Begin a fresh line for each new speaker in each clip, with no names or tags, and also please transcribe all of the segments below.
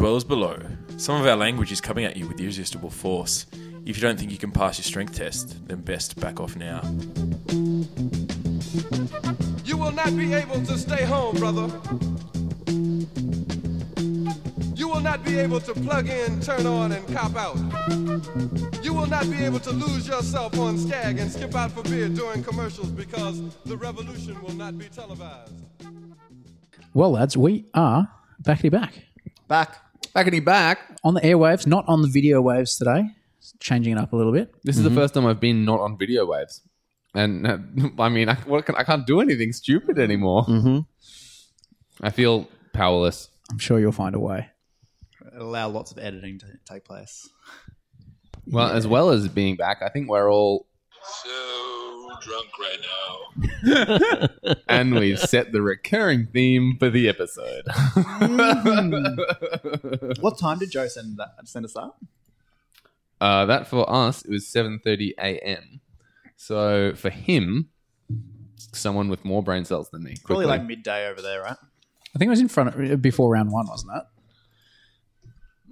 well as below. Some of our language is coming at you with irresistible force. If you don't think you can pass your strength test, then best back off now.
You will not be able to stay home, brother. You will not be able to plug in, turn on, and cop out. You will not be able to lose yourself on Skag and skip out for beer during commercials because the revolution will not be televised.
Well, lads, we are backity back
Back. Backity back.
on the airwaves, not on the video waves today. Changing it up a little bit.
This is the first time I've been not on video waves. And uh, I mean, I, what can, I can't do anything stupid anymore. Mm-hmm. I feel powerless.
I'm sure you'll find a way.
It'll allow lots of editing to take place.
Well, as well as being back, I think we're all,
so drunk right now.
and we've set the recurring theme for the episode.
What time did Joe send that send us that?
Uh, that for us, it was 7.30 a.m. So for him, someone with more brain cells than me.
Probably
quickly.
like midday over there, right?
I think it was in front of, before round one, wasn't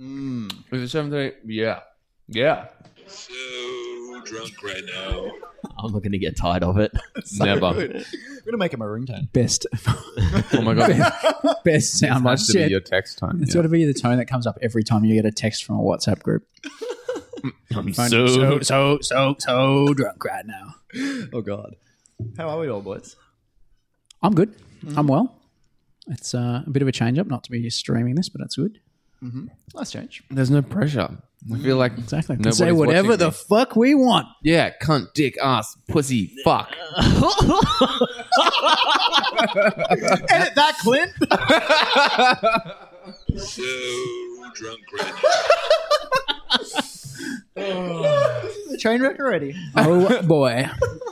it?
Was it 7.30? Yeah. Yeah.
So drunk right now.
I'm not going to get tired of it.
Never.
We're gonna make him a ringtone.
Best,
Oh my God.
best sound.
Has to
Shit.
be your text time.
It's
yeah.
got to be the tone that comes up every time you get a text from a WhatsApp group.
I'm
so
so-
so so so drunk right now.
Oh God, how are we all, boys?
I'm good. I'm well. It's uh, a bit of a change up, not to be streaming this, but that's good.
Nice change.
There's no pressure. I feel like
Exactly. We can
nobody's
say whatever
watching
the
me.
fuck we want.
yeah, cunt, dick, ass, pussy, fuck.
Edit that, Clint.
So drunk right now.
the train wreck already.
Oh boy!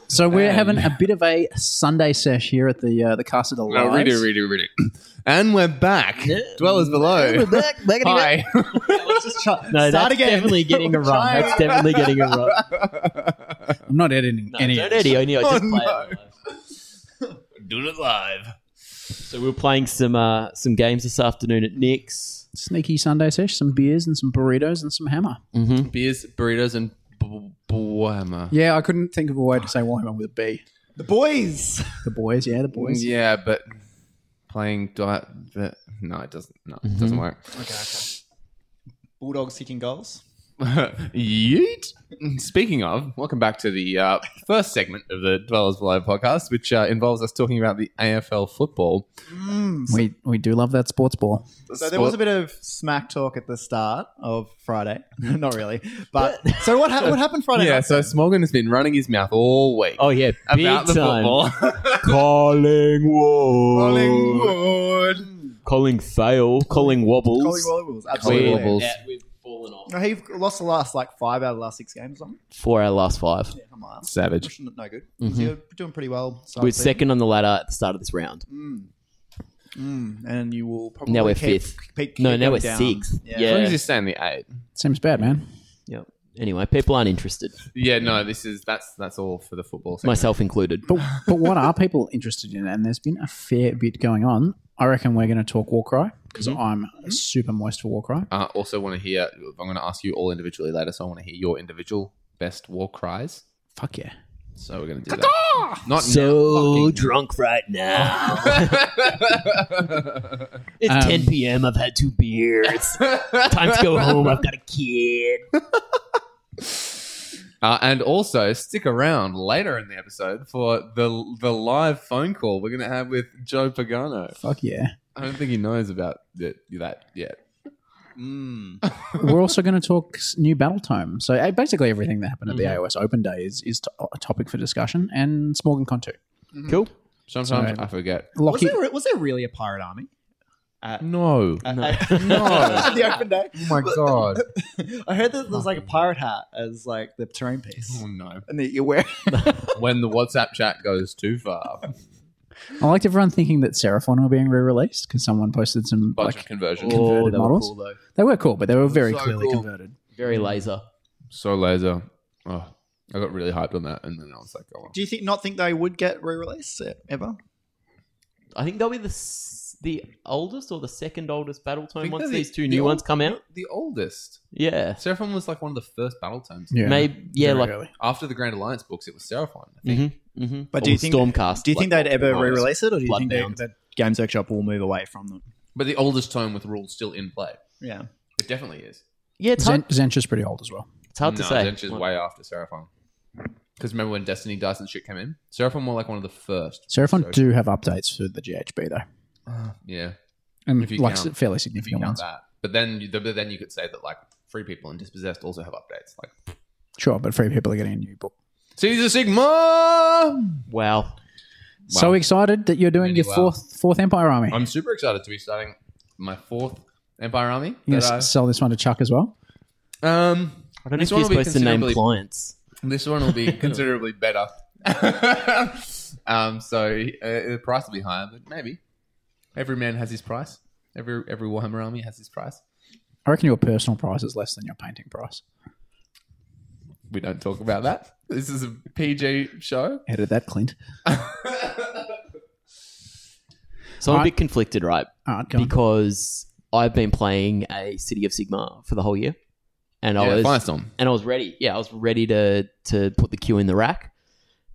So we're having a bit of a Sunday sesh here at the uh, the Casa del
No, read it, read it, read it. And we're back. Dwellers below.
back, back
Hi.
Let's just try.
No,
start
that's
again.
definitely getting a
We'll
run.
try
That's
again.
definitely getting a run.
I'm not editing any.
Don't
of this.
Eddie, I knew I just
Oh,
play it
no.
live. So we we're playing some uh, some games this afternoon at Nick's.
Sneaky Sunday sesh, some beers and some burritos and some hammer.
Beers, burritos, and b- bwhammer.
Yeah, I couldn't think of a way to say Warhammer with a B.
The boys.
The boys, yeah, the boys.
Yeah, but playing diet. But no, it doesn't. No, it doesn't work.
Bulldogs kicking goals.
Yeet. Speaking of, welcome back to the uh, first segment of the Dwellers Below podcast, which uh, involves us talking about the AFL football.
We we do love that sports ball.
So there was a bit of smack talk at the start of Friday. Not really, but so what? Ha- what happened Friday?
Yeah,
night?
so Smolgan has been running his mouth all week.
Oh yeah, big
about the
time.
football.
Collingwood.
Collingwood.
Calling fail. Calling wobbles.
Collie Wobbles.
Collingwood.
Absolutely.
Wobbles.
Yeah, we've fallen off.
No, He lost the last like five out of the last six games. or something.
Four out of last five.
Yeah, I'm like,
Savage.
No good. So you're doing pretty well. So
Mm-hmm. We're second on the ladder at the start of this round.
and you will probably
Now we're
keep-
fifth.
keep-
No,
keep
now
going
we're
down.
sixth.
Yeah.
Yeah.
What is this saying? The eight.
Seems bad, man.
Yep. Anyway, people aren't interested,
Yeah, no, this is that's that's all for the football. segment.
myself included.
But but what are people interested in? And there's been a fair bit going on. I reckon we're going to talk Warcry because I'm super moist for Warcry.
Uh, also, want to hear. I'm going to ask you all individually later, so I want to hear your individual best war cries.
Fuck yeah!
So we're going to do that. Not
So
now, fucking-
drunk right now. it's
Um,
10 p.m. I've had two beers. Time to go home. I've got a kid.
Uh, and also, stick around later in the episode for the the live phone call we're going to have with Joe Pagano.
Fuck yeah!
I don't think he knows about the, that yet.
We're also going to talk s- new Battle Tome. So uh, basically, everything that happened at the AOS Open Day is is to- a topic for discussion. And Smorgon two.
Cool.
Sometimes
So-
I forget.
Was
Lockie,
there, was there really a pirate army?
No.
At the open day,
Oh my god.
I heard that there was like a pirate hat as like the terrain piece,
Oh no.
and that you wear.
When the WhatsApp chat goes too far.
I liked everyone thinking that Seraphon were being re-released because someone posted some
Bunch
like
of conversions.
Oh,
Converted
they were
models?
cool, though.
they were cool, but they were very
So
clearly
cool.
converted.
Very laser.
So laser. Oh, I got really hyped on that, and then I was like, oh.
e-, Do you think not think they would get re-released ever?
I think they'll be the s-
the oldest or the second oldest battle
I
tome
think
once
they're the-
these two
the
new
old-
ones come out.
The oldest.
Yeah.
Seraphon was like one of the first battle tomes.
Yeah.
Maybe yeah,
Very
like
early.
After the Grand Alliance books, it was Seraphon. I think.
mm-hmm, mm-hmm.
But do you think-
Stormcast?
Do you think
like,
they'd ever
Bloodbound.
re-release it, or do you think
Bloodbound.
that, that Games Workshop will move away from them?
But the oldest tome with rules still in play.
Yeah.
It definitely is.
Yeah, it's hard,
Zen- Zencha's pretty old as well.
it's hard to
No,
say.
Zench is way after Seraphon. Because remember when Destiny Dice and shit came in? Seraphon were like one of the first.
Seraphon
So-
do have updates for the GHB though,
Yeah.
and
If you
like
count-
s- fairly
If you
significant
count
ones.
that. But then, you, but then you could say that like Free People and Dispossessed also have updates. Like
Sure, but free people are getting a new book.
Caesar Sigma.
Wow.
So excited that you're doing
Really
your
well.
fourth fourth Empire Army.
I'm super excited to be starting my fourth Empire Army.
you
that
gonna s- sell this one to Chuck as well.
I- um,
I don't know
This
if you're
one will be
supposed to name
considerably-
clients.
this one will be considerably better. um, so uh, the price will be higher, but maybe every man has his price. Every every Warhammer Army has his price.
I reckon your personal price is less than your painting price.
We don't talk about that. This is a PG show.
Edit that, Clint.
So I'm a
Alright.
bit conflicted, right?
Art
Because I've been playing a City of Sigma for the whole year, and I was
Firestorm.
and I was ready. Yeah, I was ready to to put the queue in the rack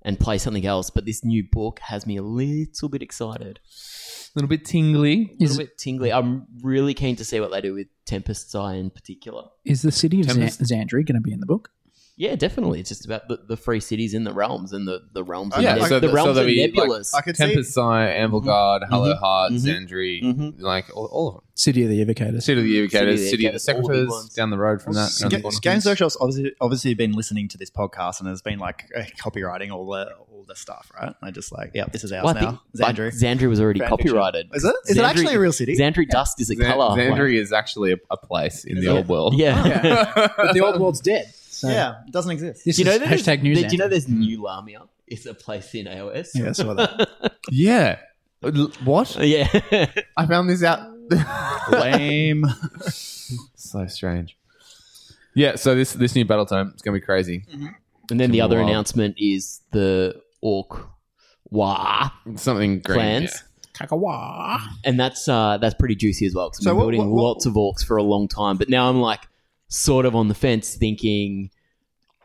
and play something else. But this new book has me a little bit excited,
A little bit tingly.
a little bit tingly. I'm really keen to see what they do with Tempest's Eye in particular.
is the city of Zan-
Tempest-
Zandri going to be in the book?
Yeah, definitely. It's just about the, the free cities in the realms and the, the realms.
Oh, Yeah,
and
so
the,
the- so
realms
there'll
and
be, like,
nebulas.
I could see.
Tempest Sigh, Anvil Guard, Hollow Heart,
mhm,
Zandri,
mhm.
like all, all of them.
City of the Evocators.
City of the Educators, City,
City
of
of Educators, all the big
the Secretaries,
ones.
down the road from that. around the
Ga-
corner.
Games Workshop's obviously, obviously been listening to this podcast and has been like eh, copywriting all the all the stuff, right? I just like, yeah, this is ours
Well, I
now.
think
Xandru.
Like, Xandru was already
Fanfiction.
copyrighted.
Is it? Is it
Xandru-
actually a real city?
Xandru Dust is a
Zan-
color.
Xandri is actually a, a place in the old
Oh,
world.
Yeah.
but the old world's dead. So
yeah, it doesn't exist.
This
Do you know
is
there's-
hashtag news.
Do you know
Xandru.
there's New Lamia? It's a place in AOS.
yeah, I saw that.
Yeah. L- What?
yeah.
I found this out.
Lame.
so strange. Yeah, so this this new battle time is going to be crazy.
and then the
Tomorrow.
other announcement is the Orc Wah
Something great.
clans.
Kakawa.
and that's uh, that's pretty juicy as well. Because
So
I've been
what-
building
what- what-
lots of orcs for a long time, but now I'm like sort of on the fence, thinking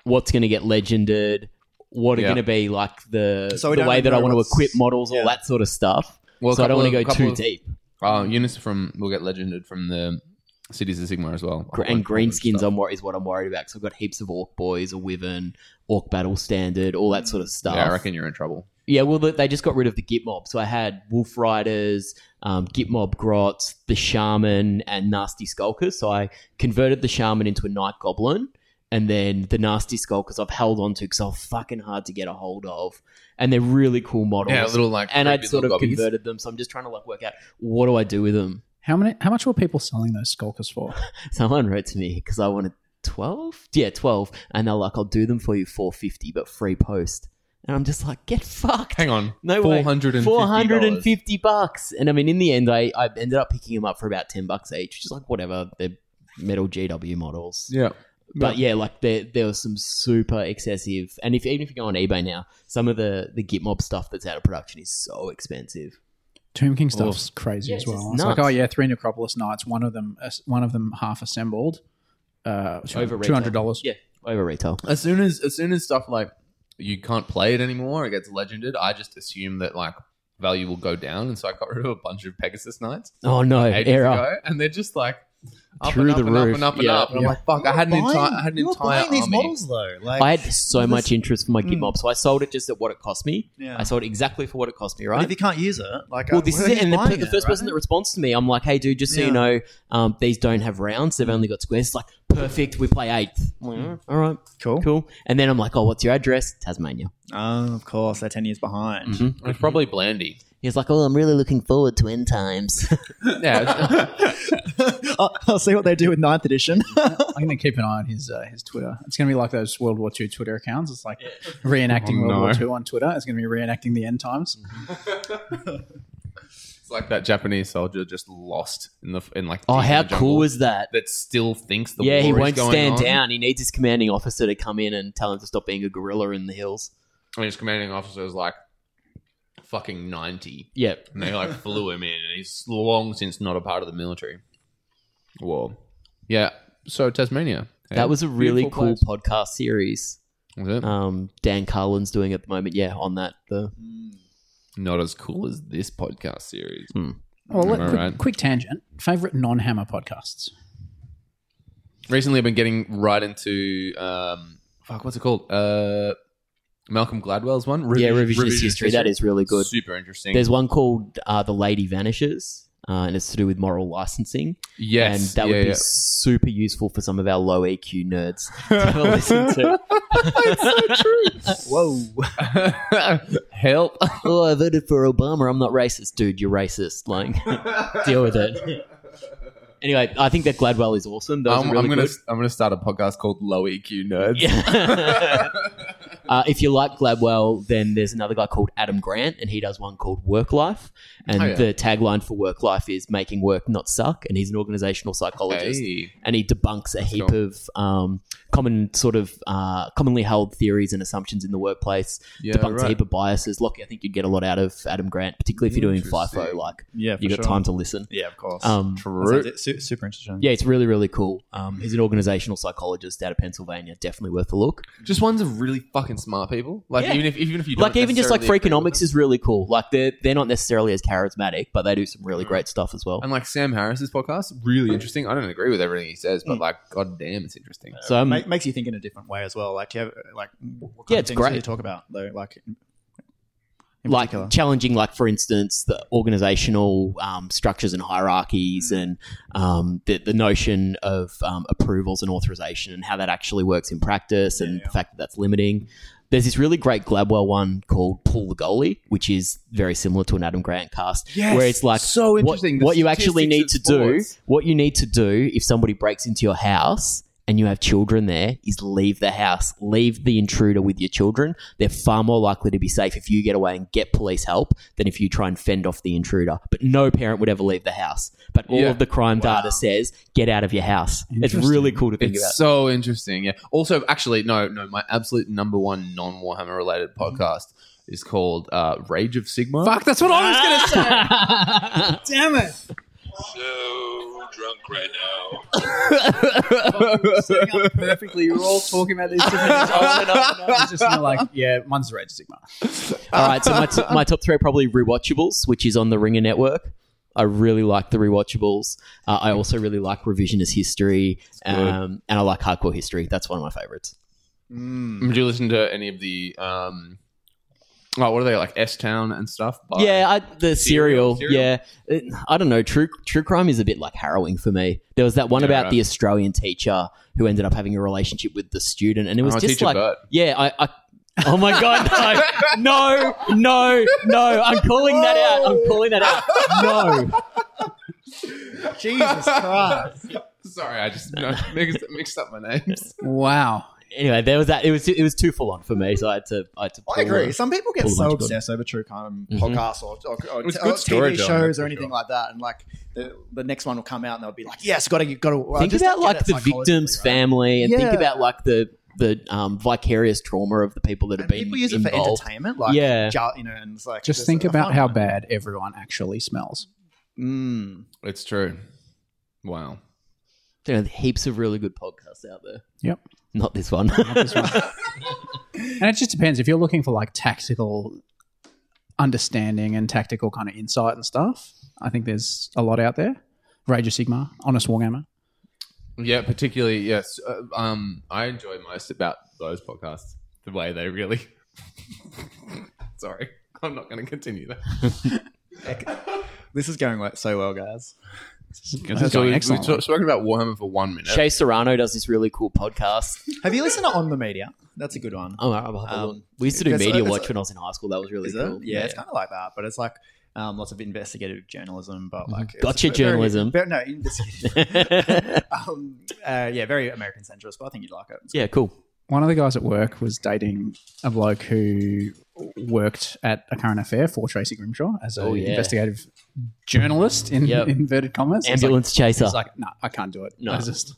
what's going to get legended, what are
Yeah.
going to be like the
So we
the
don't
way that
know
I want to
what's-
equip models,
yeah.
all that sort of stuff.
Well, a
so I don't
couple
want to
of-
go
couple
too
of-
deep.
Uh, Eunice from will get legended from the Cities of Sigma as well.
Gr- And greenskins I'm wor- is what I'm worried about. So I've got heaps of orc boys, a wyvern, orc battle standard, all that sort of stuff.
Yeah, I reckon you're in trouble.
Yeah, well, they- they just got rid of the Git Mob. So I had Wolf Riders, um, Git Mob Grots, the Shaman, and Nasty Skulkers. So I converted the Shaman into a Night Goblin. And then the Nasty Skulkers I've held on to because they're fucking hard to get a hold of. And they're really cool models.
Yeah, little like
and I'd
creepy
sort of
little gobbies.
converted them. So I'm just trying to like work out what do I do with them.
How many? How much were people selling those skulkers for?
Someone wrote to me because I wanted 12? Yeah, 12. And they're like, I'll do them for you 450 but free post. And I'm just like, get fucked.
Hang on.
No way.
$450.
450 bucks. And I mean, in the end, I, I ended up picking them up for about 10 bucks each, which is like, whatever. They're metal GW models.
Yeah.
But yeah, like there, there was some super excessive. And if even if you go on eBay now, some of the, the Gitmob stuff that's out of production is so expensive.
Tomb King stuff's crazy
Yeah,
as
it's
well.
just
It's like,
nuts.
oh yeah, three Necropolis knights. One of them, uh, one of them half assembled. Uh,
Over
two
retail.
hundred dollars.
Yeah, over retail.
as soon as as soon as stuff like you can't play it anymore, it gets legended. I just assume that like value will go down, and so I got rid of a bunch of Pegasus Knights
Oh no,
ages
error.
ago, and they're just like up
Through
and up
the
and
roof,
up and up and
yeah.
up. And I'm like, fuck! I had an entire I had an
you were
entire
buying these
army.
models though. Like,
I had so
this-
much interest for my
Mm.
Gitmob, so I sold it just at what it cost me.
Yeah.
I sold it exactly for what it cost me,
But
right?
if you can't use it, like,
Well,
uh,
this
where
is
are
it.
you
And the,
buying
per- the
it,
first
right?
person that responds to me, I'm like, hey, dude, just so
Yeah.
you know, um, these don't have rounds. They've only got squares. It's like, perfect. We play eighth. I'm like, all right,
cool.
cool. And then I'm like, oh, what's your address? Tasmania.
Oh, of course, they're ten years behind.
Mm-hmm.
It was probably Blandy.
He's like, oh, I'm really looking forward to end times.
Yeah,
I'll, I'll see what they do with ninth edition.
I'm going to keep an eye on his uh, his Twitter. It's going to be like those World War II Twitter accounts. It's like reenacting
Oh,
World
no.
War II on Twitter. It's going to be reenacting the end times.
it's like that Japanese soldier just lost in the in like.
oh,
deep in
how
the jungle
cool is that?
that? Still thinks the
yeah,
war
he
is
won't
going
stand
on.
down. He needs his commanding officer to come in and tell him to stop being a gorilla in the hills.
And his commanding officer is like, fucking 90.
Yeah.
And they like flew him in, and he's long since not a part of the military. Whoa. Yeah. So Tasmania. Yeah.
That was a really
Beautiful Uh,
cool podcast series.
Was it?
Um, Dan Carlin's doing at the moment. Yeah, on that. The
not as cool as this podcast series.
Hmm.
Well, let-
All
quick,
right.
quick tangent. Favorite non-hammer podcasts.
Recently, I've been getting right into um, fuck, what's it called? Uh, Malcolm Gladwell's one. Revi-
yeah, revisionist, history. That is really good.
super interesting.
There's one called uh, "The Lady Vanishes," uh, and it's to do with moral licensing.
yes,
and that
yeah,
would be
yeah.
super useful for some of our low EQ nerds to have a listen to.
help.
oh, I voted for Obama. I'm not racist, dude. You're racist. Like, deal with it. Anyway, I think that Gladwell is awesome. Those
I'm,
are really
I'm gonna
good.
I'm gonna start a podcast called Low EQ Nerds.
Yeah. uh, if you like Gladwell, then there's another guy called Adam Grant, and he does one called Work Life. And
Oh, yeah.
the tagline for Work Life is "Making Work Not Suck," and he's an organizational psychologist.
Hey.
and he debunks a heap
cool.
of um, common sort of uh, commonly held theories and assumptions in the workplace.
Yeah,
debunks a
right.
heap of biases. Lucky, I think you'd get a lot out of Adam Grant, particularly if you're doing
Interesting.
FIFO. Like
Yeah,
you got time to listen.
Yeah, of course.
Um,
True.
super interesting.
yeah, it's really really cool. Um, he's an organizational psychologist out of Pennsylvania. Definitely worth a look.
Just ones of really fucking smart people. Like
Yeah.
even if even if you
like
don't
even just like
necessarily agree with
Freakonomics is really cool. Like they're they're not necessarily as charismatic, but they do some really great stuff as well.
them. Mm. and like Sam Harris's podcast, really interesting. I don't agree with everything he says,
Mm.
but like, god damn, it's interesting.
So um,
Ma- makes you think in a different way as well. Like, do you have like what kind
Yeah,
of
it's
things do
great.
you talk about though? Like, in- in
like
particular?
challenging like for instance the organizational um, structures and hierarchies
Mm.
and um, the, the notion of um, approvals and authorization and how that actually works in practice and the fact that that's limiting there's this really great Gladwell one called Pull the Goalie, which is very similar to an Adam Grant cast,
Yes,
where it's like
so
what-
interesting, the
What, you actually need
statistics
to
of
do,
sports.
what you need to do if somebody breaks into your house and you have children there, is leave the house, leave the intruder with your children. They're far more likely to be safe if you get away and get police help than if you try and fend off the intruder. But no parent would ever leave the house. But all
Yeah.
of the crime data says get out of your house. It's really cool to think
It's
about.
so interesting. Yeah. Also, actually, no, no. My absolute number one non Warhammer related
Mm-hmm.
podcast is called uh, Rage of Sigma. Fuck, that's what I was gonna say.
So drunk right now.
Perfectly, you were all talking about these different things. Oh, on and on and on. It's just kinda like, yeah, one's Red Sigma.
All right, so my, t- my top three are probably rewatchables, which is on the Ringer Network. I really like the rewatchables. Uh, I also really like revisionist history, um, and I like hardcore history. That's one of my favorites.
Did you listen to any of the um? Oh, what are they like? S Town and stuff. By-
yeah, I, the serial,
Serial, serial.
Yeah, It- I don't know. True true crime is a bit like harrowing for me. There was that one
Yeah,
about
right.
the Australian teacher who ended up having a relationship with the student, and it was
Oh,
just
Teacher
like,
Bert.
yeah, I. I Oh my god! No, no, no, no! I'm calling that out. I'm calling that out. No,
Jesus Christ!
Sorry, I just no, mixed, mixed up my names.
Wow.
anyway, there was that. It was it was too full on for me, so I had to. I had to.
I
pull
agree.
it.
Some people get
Pull
so
lunch,
obsessed over true crime
Mhm.
podcasts or, or, or,
It's
t-
good
or
story,
TV
John,
shows
for
or anything
sure.
like that, and like the, the next one will come out and they'll be like, "Yes, got to, got to."
Think about like the victim's family, and think
Yeah.
about like the the um, vicarious trauma of the people that have
And
been
people use it for
involved.
entertainment, like
Yeah.
ju- you know, and it's like
Just
there's
think
a
about
fun-
how bad everyone actually smells.
Mm.
It's true. Wow.
There are heaps of really good podcasts out there.
Yep.
Not this one.
And it just depends. If you're looking for like tactical understanding and tactical kind of insight and stuff, I think there's a lot out there. Rage of Sigma, Honest Warhammer.
Yeah, particularly yes. Uh, um, I enjoy most about those podcasts the way they really. Sorry, I'm not going to continue that.
Mm. This is going well- so well, guys.
That's
so
going
we- we've
excellent.
talked- spoken about Warhammer for one minute.
Shay Serrano does this really cool podcast.
Have you listened to On the Media? That's a good one.
Oh, I'll have a
Um,
look. we used to do
there's-
Media
there's-
Watch when I was in high school. That was really
Is it?
cool.
Yeah, it's kind of like that, but it's like um, lots of investigative journalism, but like it's
Gotcha
very-
journalism.
Very, no, investigative. um, uh, yeah, very American centrist, but I think you'd like it. It's
yeah, cool.
One of the guys at work was dating a bloke who worked at a current affair for Tracy Grimshaw as an
Oh, yeah.
investigative journalist in
Yep.
inverted commas. It's
Ambulance chaser.
Like, it's like, no, I can't do it.
No.
I just,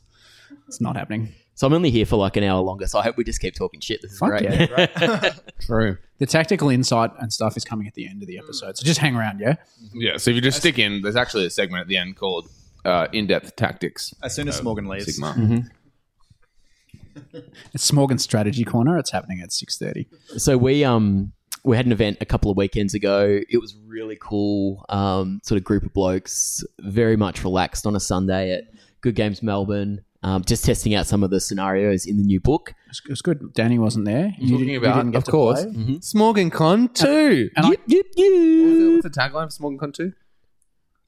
it's not happening.
So I'm only here for like an hour longer. So I hope we just keep talking shit. This is
Fuck
great.
yeah.
True.
The tactical insight and stuff is coming at the end of the episode. So just hang around, yeah?
Yeah. So if you just stick in, there's actually a segment at the end called uh, "In-depth Tactics."
As soon as Smorgan leaves,
Mm-hmm.
Sigma.
It's Smorgan's strategy corner. It's happening at 6.30.
so we um we had an event a couple of weekends ago. It was really cool. Um, sort of group of blokes, very much relaxed on a Sunday at Good Games Melbourne. Um, just testing out some of the scenarios in the new book.
It was, it was good. Danny wasn't there. You, didn't-
Talking
you
about,
didn't get
of
to
course,
play. Mm-hmm.
Smorgon Con too.
And I-
Yep, yep.
What's the tagline for Smorgon Con too?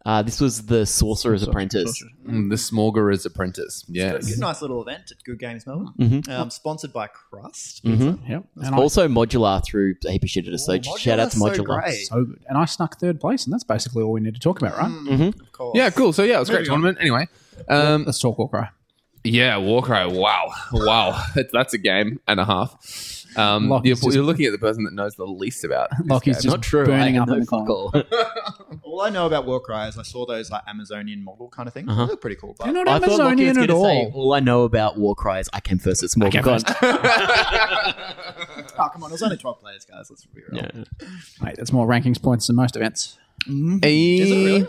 Uh, this was the Sorcerer's Apprentice.
Mm, the Smorgerer's Apprentice. Yeah.
It's a nice little event at Good Games Melbourne. Um, sponsored by Crust.
Yep. And I-
Also, Modular threw a heap of shit at us. So
Oh,
shout out to
Modular's so
Modular.
great.
so good. And I snuck third place, and that's basically all we need to talk about, right?
Hmm.
Of course.
Yeah. Cool. So yeah, it was a great tournament. Anyway. Um,
Let's talk Warcry.
yeah, Warcry. Wow, wow, That's- that's a game and a half. Um,
Lock
you're,
is just-
you're looking at the person that knows the least about. this
Lockie's
game.
just
Not true.
burning
I
up
know
in the
fuck
corner.
all.
All I know about Warcry is I saw those like Amazonian model kind of things. They look pretty cool. But
You're not
I thought Lachie was
Amazonian
going
at
to say,
"Oh,
all.
all I know about war cries, I came first at Smorgon Con.
oh, come on, there's only 12 players, guys. Let's be real.
Mate, that's more rankings points than most events.
Is it really?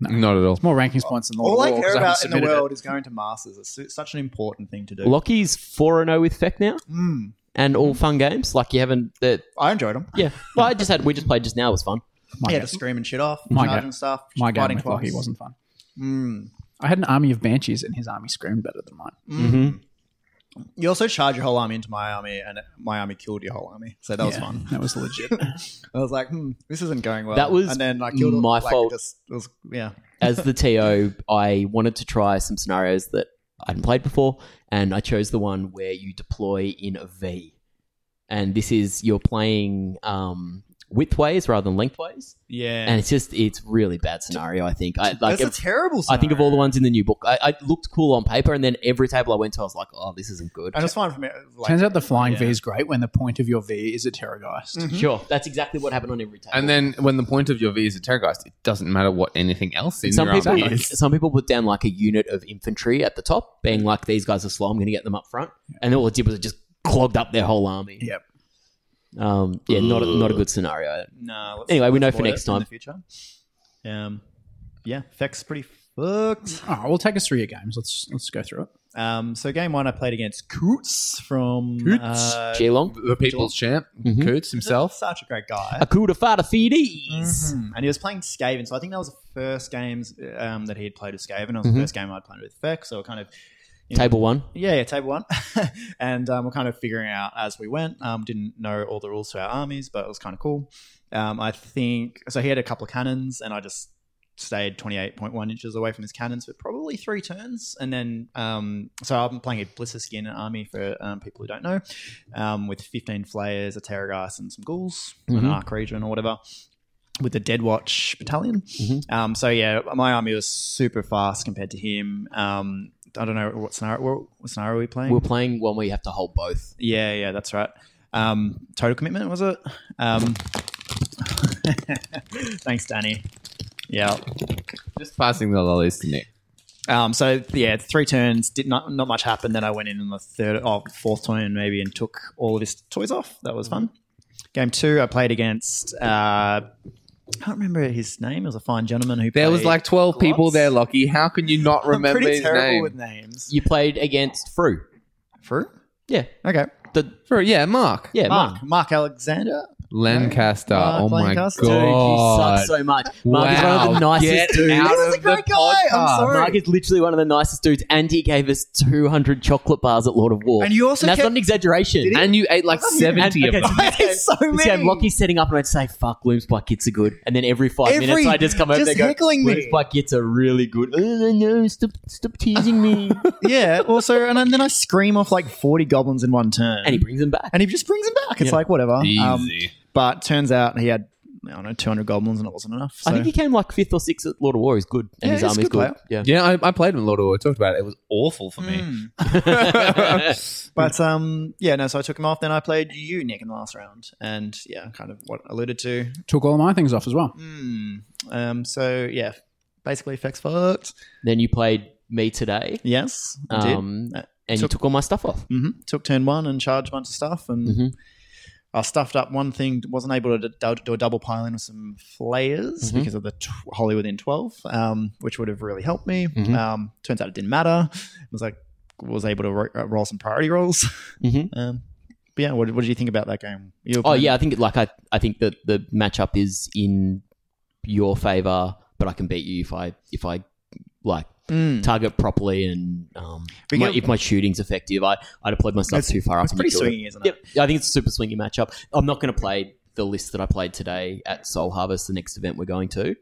Not at all.
More rankings points than
All
Lord
I
of War,
care
'cause
about in
haven't
the
submitted it.
world is going to Masters. It's su- such an important thing to do.
Lockie's 4 0 with Feck now.
Mm.
And all fun games. Like you haven't. Uh,
I enjoyed them.
yeah. Well, I just had. We just played just now. It was fun.
My
yeah,
game-
just screaming shit off,
My
charging
game-
stuff,
My game
fighting
with
twice.
Lockie wasn't fun.
Mm.
I had an army of banshees, and his army screamed better than mine.
You also charge your whole army into my army, and my army killed your whole army. So that was
Yeah,
fun.
That was legit.
I was like, hmm, this isn't going well.
That was
and then I killed
my
like,
fault.
Just, it was, yeah,
As the TO, I wanted to try some scenarios that I hadn't played before. And I chose the one where you deploy in a V. And this is. You're playing um, widthways rather than lengthways.
yeah.
And it's just. It's really bad scenario, I think. I, like,
That's a
if-
terrible.
I
Scenario.
think of all the ones in the new book. I, I looked cool on paper, and then every table I went to, I was like, "Oh, this isn't good."
and it's fine for me. Like,
Turns out the flying
yeah. Mm.
V is great when the point of your V is a terrorgeist.
Sure, that's exactly what happened on every table.
And then when the point of your V is a terrorgeist, it doesn't matter what anything else in
some
your
people,
army is.
some people put down like a unit of infantry at the top, being like, "These guys are slow. I'm going to get them up front." And then all it did was it just clogged up their whole army.
Yep.
Um, yeah, not a, not a good scenario.
No. let's-
Anyway, we know
let's
for
avoid
next
it in
time.
the future. Um, yeah, Feck's pretty fucked.
All right, we'll take us through your games. Let's let's go through it.
Um, so game one, I played against Coots from uh,
Geelong,
The people's champ,
Mhm.
Coots himself.
Such a great guy.
a coup de fada fides.
Mhm. And he was playing Skaven, so I think that was the first games um, that he had played with Skaven. It was the first game I'd played with Feck, so we're kind of
Table one.
yeah, yeah, table one, and um, we're kind of figuring out as we went. Um, didn't know all the rules to our armies, but it was kind of cool. Um, I think so. He had a couple of cannons, and I just stayed twenty eight point one inches away from his cannons for probably three turns, and then um, so I'm playing a Blister Skin army for um, people who don't know, um, with fifteen flayers, a Terrorgeist, and some ghouls, an
Mhm.
Arc Region or whatever. With the Dead Watch Battalion, um, so yeah, my army was super fast compared to him. Um, I don't know what scenario. What, what scenario are we playing?
We're playing one where you have to hold both.
yeah, yeah, that's right. Um, total commitment was it? Um, thanks, Danny. Yeah.
Just passing the lollies to Nick.
Um, so yeah, three turns did not not much happen. Then I went in on the third or fourth turn maybe and took all of his toys off. That was fun. Game two, I played against. Uh, I can't remember his name. It was a fine gentleman who
There was
played-
like 12 people there, Lockie. How can you not
I'm
remember
pretty
his
terrible
name?
with names.
You played against Fru.
Fruit.
Yeah,
Okay.
the
For- yeah, Mark.
yeah Mark.
Mark, Mark Alexander.
Lancaster.
Mark
oh my
Lancaster.
Dude, you
god.
suck so much. Mark is one of the
Wow,
nicest
get
dudes.
out
This is
of
a great
the
guy. I'm
podcast.
sorry.
Mark Uh, is literally one of the nicest dudes, and he gave us 200 chocolate bars at Lord of War.
And you also
that's
kept-
not an exaggeration.
And you ate like 70 of
okay,
them.
so this game-
It's so
this
many.
game, Lockie's setting up, and I'd say, "Fuck, Looms by Kits are good." And then every five
Every-
minutes, I just come over
just
there, and go,
heckling me.
"Looms by Kits are really good." Oh, no, stop, stop teasing me.
yeah. Also, and then I scream off like 40 goblins in one turn.
and he brings them back.
and he just brings them back. It's like, whatever. Um,
Easy.
but turns out he had, I don't know, 200 goblins and it wasn't enough. So.
I think he came like fifth or sixth at Lord of War. He's good, and
Yeah,
his
he's a
army's
good
good.
player.
Yeah.
Yeah, I, I played in Lord of War. I talked about it. It was awful for me.
but um, yeah, no, so I took him off. Then I played you, Nick, in the last round. And yeah, kind of what I alluded to.
Took all of my things off as well.
Um, so yeah, basically, effects fucked.
Then you played me today,
Yes. I did.
um,
Uh,
and you took all my stuff off.
hmm Took turn one and charged a bunch of stuff, and
Mhm.
I stuffed up one thing. wasn't able to d- do a double pile in with some flayers
Mm-hmm.
because of the t- Hollywood in twelve, um, which would have really helped me.
Mm-hmm.
Um, turns out it didn't matter. I was like, was able to ro- uh, roll some priority rolls.
Mhm.
Um, but yeah, what, what did you think about that game? You were
Oh
playing-
yeah, I think it- like I, I think that the matchup is in your favor, but I can beat you if I if I like
Mm.
target properly and um,
But
my-
yeah-
if my shooting's effective, I, I deployed my stuff
It's-
too far up.
it's
and
pretty
you kill
swingy, isn't it?
Yep. I think it's a super swingy matchup. I'm not going to play the list that I played today at Soul Harvest, the next event we're going to.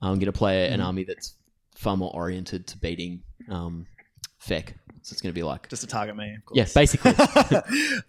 I'm going to play
Mm.
an army that's far more oriented to beating um, Feck. So it's going to be like,
Just to target me. Of course.
yeah, basically.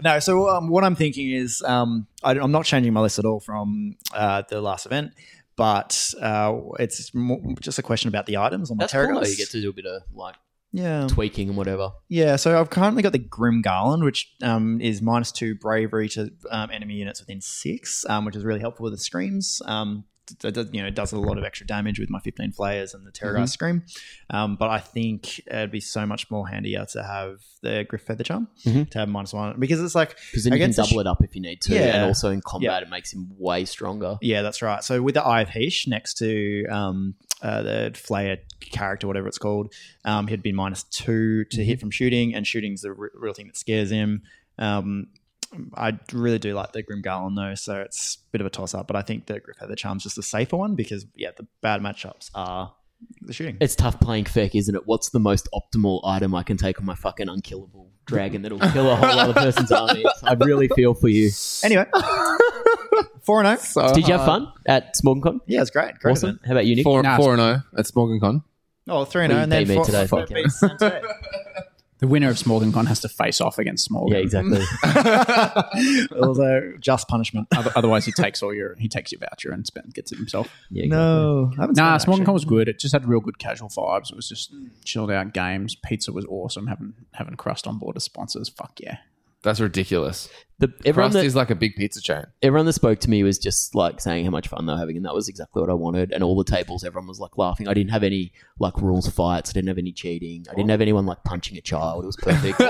no, so um, what I'm thinking is um, I, am not changing my list at all from uh, the last event, but uh, it's mo just a question about the items on my
that's cool.
tarot.
though. You get to do a bit of like
yeah,
tweaking and whatever.
yeah. So I've currently got the Grim Garland, which um, is minus two bravery to um, enemy units within six, um, which is really helpful with the screams. Um, d- d- you know, it does a lot of extra damage with my 15 flayers and the Terrorgeist
Mm-hmm.
Scream. Um, but I think it'd be so much more handier to have the Griff Feather Charm
Mhm.
to have minus one because it's like
Because then you can
Against the
double
sh-
it up if you need to.
Yeah.
And also in combat, it makes him way stronger.
Yeah, that's right. So with the Eye of Heesh next to um, uh, the Flayer character, whatever it's called, um, he'd be minus two to
Mm-hmm.
hit from shooting, and shooting's the r- real thing that scares him. Um, I really do like the Grim Garland though, so it's a bit of a toss up. But I think the Griff Feather Charm's just the safer one because yeah, the bad matchups are the shooting.
Uh, It's tough playing Feck, isn't it? What's the most optimal item I can take on my fucking unkillable dragon that'll kill a whole other person's army? I really feel for you.
Anyway, four and zero.
So
Did you have
hard.
fun at SmorgonCon?
Yeah, it's great. Great
Awesome.
event.
How about you, Nick?
Four,
Nah,
four and oh at Smorgon Con.
Oh, three and
We
zero, and then
beat me
four,
today,
four
fuck it.
beats Santos.
The winner of SmorgonCon has to face off against Smorgon.
Yeah, exactly.
Although just punishment.
Oth- Otherwise, he takes all your he takes your voucher and spend, gets it himself.
Yeah,
No, I haven't
Nah,
seen it,
SmorgonCon was good. It just had real good casual vibes. It was just chilled out games. Pizza was awesome. Having having crust on board as sponsors. Fuck yeah.
That's ridiculous.
The, everyone,
Crust
that,
is like a big pizza chain.
everyone that spoke to me was just like saying how much fun they were having, and that was exactly what I wanted. And all the tables, everyone was like laughing. I didn't have any like rules fights. I didn't have any cheating. I didn't have anyone like punching a child. It was perfect.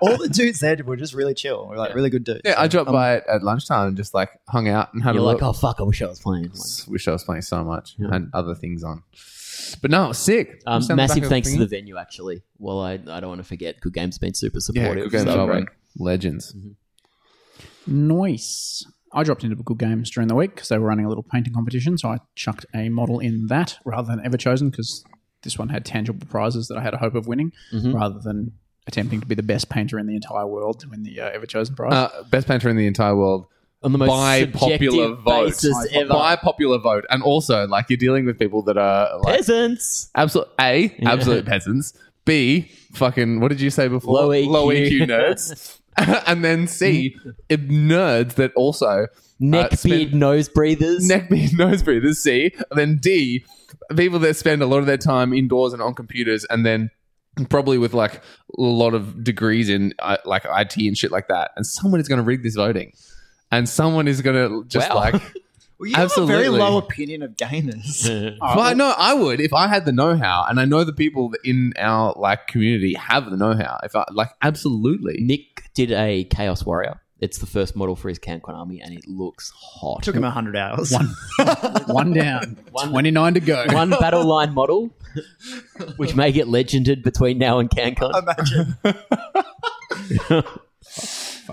all the dudes there were just really chill. We're like really good dudes.
Yeah, I dropped
Um,
by it at lunchtime and just like hung out and had
You're
a look.
like, oh fuck, I wish I was playing. Like,
Wish I was playing so much
Yeah.
and other things on. But no, it was sick.
Um,
Just down the back
massive
of
thanks to
thing.
the venue, actually. Well, I, I don't want to forget. Good Game's been super
yeah,
supportive. Mm-hmm.
good games,
so-
well done. legends.
Nice. I dropped into Good Games during the week because they were running a little painting competition, so I chucked a model in that rather than Ever Chosen because this one had tangible prizes that I had a hope of winning
Mm-hmm.
rather than attempting to be the best painter in the entire world to win the uh, Ever Chosen prize.
Uh, best painter in the entire world
on the most
by popular
subjective
vote.
basis ever.
By popular vote, and also like you're dealing with people that are like
Peasants.
absolute a absolute peasants. B fucking what did you say before? E
Low E EQ.
nerds. and then C eh, nerds that also
Neck
Uh, spend-
beard nose breathers.
neck beard nose breathers. C and then D people that spend a lot of their time indoors and on computers, and then probably with like a lot of degrees in uh, like IT and shit like that. And someone is going to rig this voting, and someone is going to just
Wow.
like.
Well, you Absolutely. have a very
Absolutely.
low opinion of gamers.
But no, I would if I had the know-how, and I know the people that in our like community have the know-how. If I like, absolutely,
Nick did a Chaos Warrior. It's the first model for his CanCon army, and it looks hot.
Took him hundred hours.
one down, 29 to go.
One battle line model, which may get legended between now and
Um,
CanCon.
Imagine.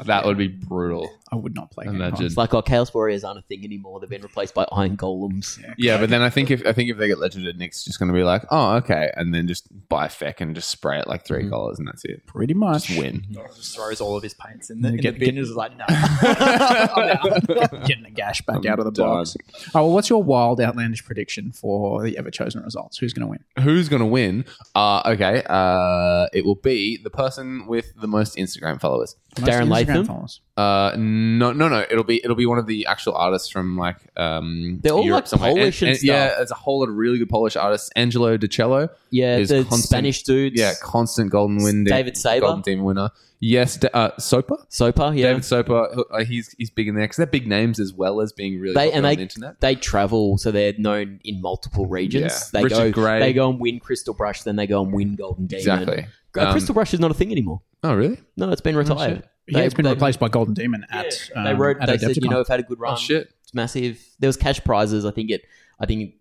that would be brutal.
I would not play
Imagine.
Imagine.
It's like our Chaos Warriors aren't a thing anymore. They've been replaced by Iron Golems.
Yeah, but then I think if I think if they get legended, Nick's just going to be like, oh, okay, and then just buy feck and just spray it like 3 colors, and that's it.
Pretty much.
Win.
Just throws all of his paints in the, in
get
the bin and is like, no. I'm out.
Getting a gash back out of the
done.
box. Oh, well, what's your wild, outlandish prediction for the Ever Chosen results? Who's going to win?
Who's going to win? Uh, okay, uh, it will be the person with the most Instagram followers.
Most
Darren
Instagram
Latham?
followers.
Uh, no, no, no. It'll be it'll be one of the actual artists from like um.
They're all,
Europe
like, Polish and
Yeah,
stuff.
there's a whole lot of really good Polish artists. Angelo DiCello.
Yeah,
There's
the
constant-
Spanish dudes.
Yeah, constant Golden Wind.
David Saber.
Golden Demon winner. Yes, da- uh, Soper.
Sopa. Yeah,
David Soper. who- uh, He's he's big in there because they're big names as well as being really
they
popular
and
on
they
the internet.
they travel, so they're known in multiple regions.
Yeah.
They
Richard
go
Gray.
they go and win Crystal Brush, then they go and win Golden Demon.
Exactly.
Uh,
Um,
Crystal Rush is not a thing anymore.
Oh, really?
No, it's been retired.
yeah,
They-
it's been
they-
replaced by Golden Demon at
they
um,
wrote.
at
They said, you
Adepticon.
know, I've had a good run.
Oh, shit.
It's massive. There was cash prizes. I think it. I think.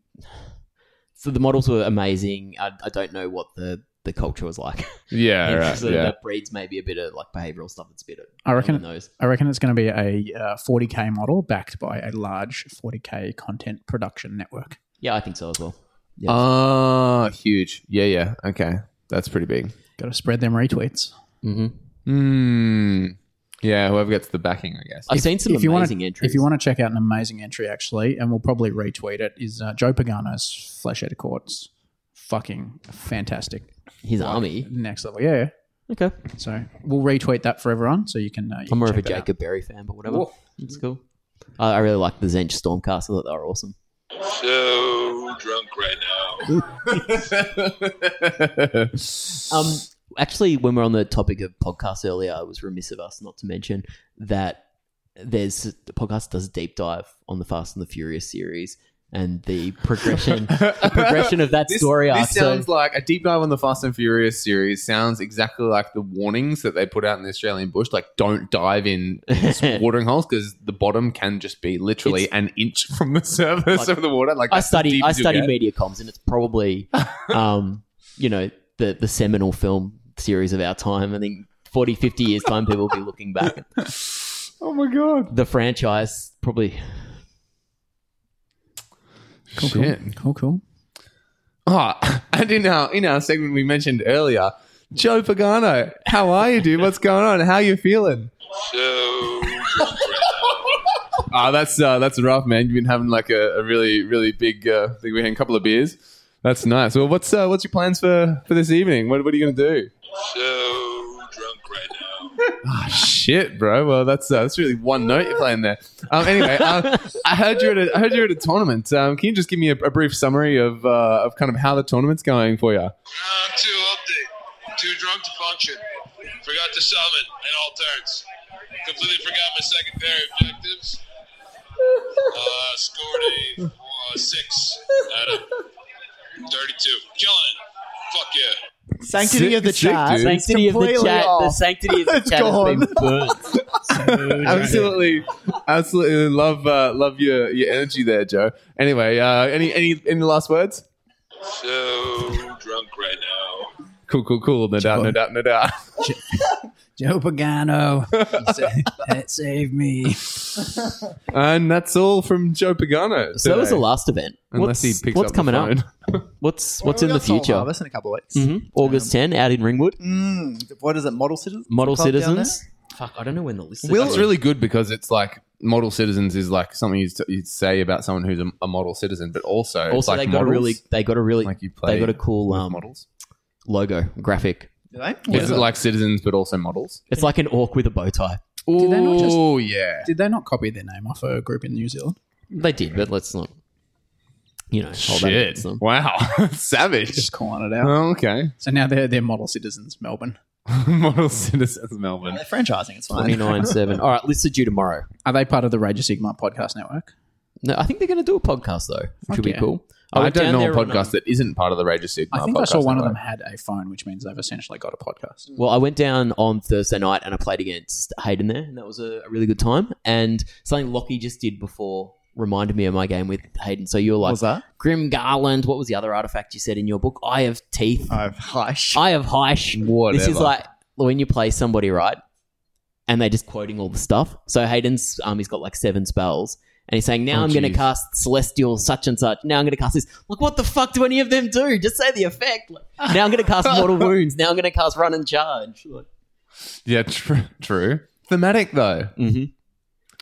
So the models were amazing. I, I don't know what the the culture was like.
Yeah, right.
so
Yeah.
that breeds maybe a bit of like behavioral stuff. That's a bit. Of,
I reckon-
on the nose.
I reckon it's going to be a uh, 40k model backed by a large 40k content production network.
Yeah, I think so as well. Yeah.
Ah, huge. Yeah, yeah. Okay. That's pretty big.
Got to spread them retweets.
hmm
Mm-hmm. Hmm. Yeah, whoever gets the backing, I guess.
I've seen some
you
amazing
wanna-
entries.
If you want to check out an amazing entry, actually, and we'll probably retweet it, is uh, Joe Pagano's Flesh Eater Courts. Fucking fantastic.
his army,
Next level. Yeah.
okay.
So we'll retweet that for everyone so you can. Uh, you
I'm more
can
of a
check it out.
Jacob Berry fan, but whatever. It's cool. I I really like the Zench Stormcast. I thought they were awesome.
So drunk right now.
Um, actually, when we are on the topic of podcasts earlier, it was remiss of us not to mention that there's the podcast does a deep dive on the Fast and the Furious series and the progression the progression of that
This,
story arc.
this sounds
so,
like a deep dive on the Fast and Furious series. Sounds exactly like the warnings that they put out in the Australian bush, like don't dive in watering holes because the bottom can just be literally
It's-
an inch from the surface
Like,
of the water. Like
I
that's as
study
deep
I
as you'll
study
get.
media comms, and it's probably um, you know the the seminal film series of our time. I think 40, 50 years time, people will be looking back at
Oh my god!
the franchise. Probably
Cool,
Shit.
cool. Cool, cool.
Ah, and in our in our segment we mentioned earlier, Joe Pagano, how are you, dude? What's going on? How you feeling?
So drunk right now.
Ah, that's uh, that's rough, man. You've been having like a, a really really big uh, big weekend, couple of beers. That's nice. Well, what's uh, what's your plans for for this evening? What what are you gonna do?
So drunk right now.
Shit, bro. Well, that's uh, that's really one note you're playing there. Um, anyway, um, I heard you're at a, I heard you're at a tournament. Um, can you just give me a, a brief summary of uh, of kind of how the tournament's going for you?
I'm too Ah, update. Too drunk to function. Forgot to summon in all turns. Completely forgot my secondary objectives. Uh, scored a uh, six out of 32. Killing it. Fuck yeah.
Sanctity
Sick-
of the
sick,
chat.
dude.
sanctity of the
completely
chat. The
off.
sanctity of the
It's
chat has
gone.
been burnt.
absolutely, absolutely love uh, love your your energy there, Joe. Anyway, uh, any any any last words?
So drunk right now.
Cool, cool, cool. No doubt, no doubt, no doubt.
Joe Pagano. sa- save me.
And that's all from Joe Pagano.
So that was the
today.
last event.
Unless
what's,
he picks
what's
up
coming
the phone. Mm-hmm.
up? What's what's
Well,
in the
we got Soul
future?
Harvest in a couple of weeks.
Mhm. August 10 out in Ringwood.
Mm, what is it? Model citizens.
Model
Club down
Citizens. Fuck, I don't know when the list is.
Well, it's really good because it's like model citizens is like something you'd, you'd say about someone who's a, a model citizen, but also it's
also they
like
got
models,
a really they got a really
like you play
they got a cool
with
um,
models.
logo graphic.
there? Do they?
Is it like citizens but also models?
It's like an orc with a bow tie.
they not just-
Oh yeah,
Did they not copy their name off a group in New Zealand?
They did, but let's not. You know, hold that
shit!
against them.
Wow, savage.
Just calling it out.
Oh, okay,
So now they're they're model citizens, Melbourne.
model citizens Melbourne.
They're franchising. It's fine.
Twenty nine seven. All right, lists are due tomorrow.
Are they part of the Rage of Sigma podcast network?
No, I think they're going to do a podcast though, which would be
yeah.
cool.
I,
went
don't
down
know a
there on,
podcast
um,
that isn't part of the Rage of Sigma.
I think I saw
podcast
one of them
network.
had a phone, which means they've essentially got a podcast.
Well, I went down on Thursday night and I played against Hayden there, and that was a, a really good time. And something Lockie just did before reminded me of my game with Hayden. So you were
What
like,
was that?
Grim Garland, what was the other artifact you said in your book? Eye of Teeth.
Oh, hush.
Eye of Heish. This is
Whatever.
like when you play somebody, right? And they're just quoting all the stuff. So Hayden's um, he's got like seven spells. And he's saying, now
Oh,
I'm going to
geez.
cast Celestial such and such. Now I'm going to cast this. Like, what the fuck do any of them do? Just say the effect. Like, now I'm going to cast Mortal Wounds. Now I'm going to cast Run and Charge. Like,
Yeah, true. True. Thematic though.
Mm-hmm.
Mhm.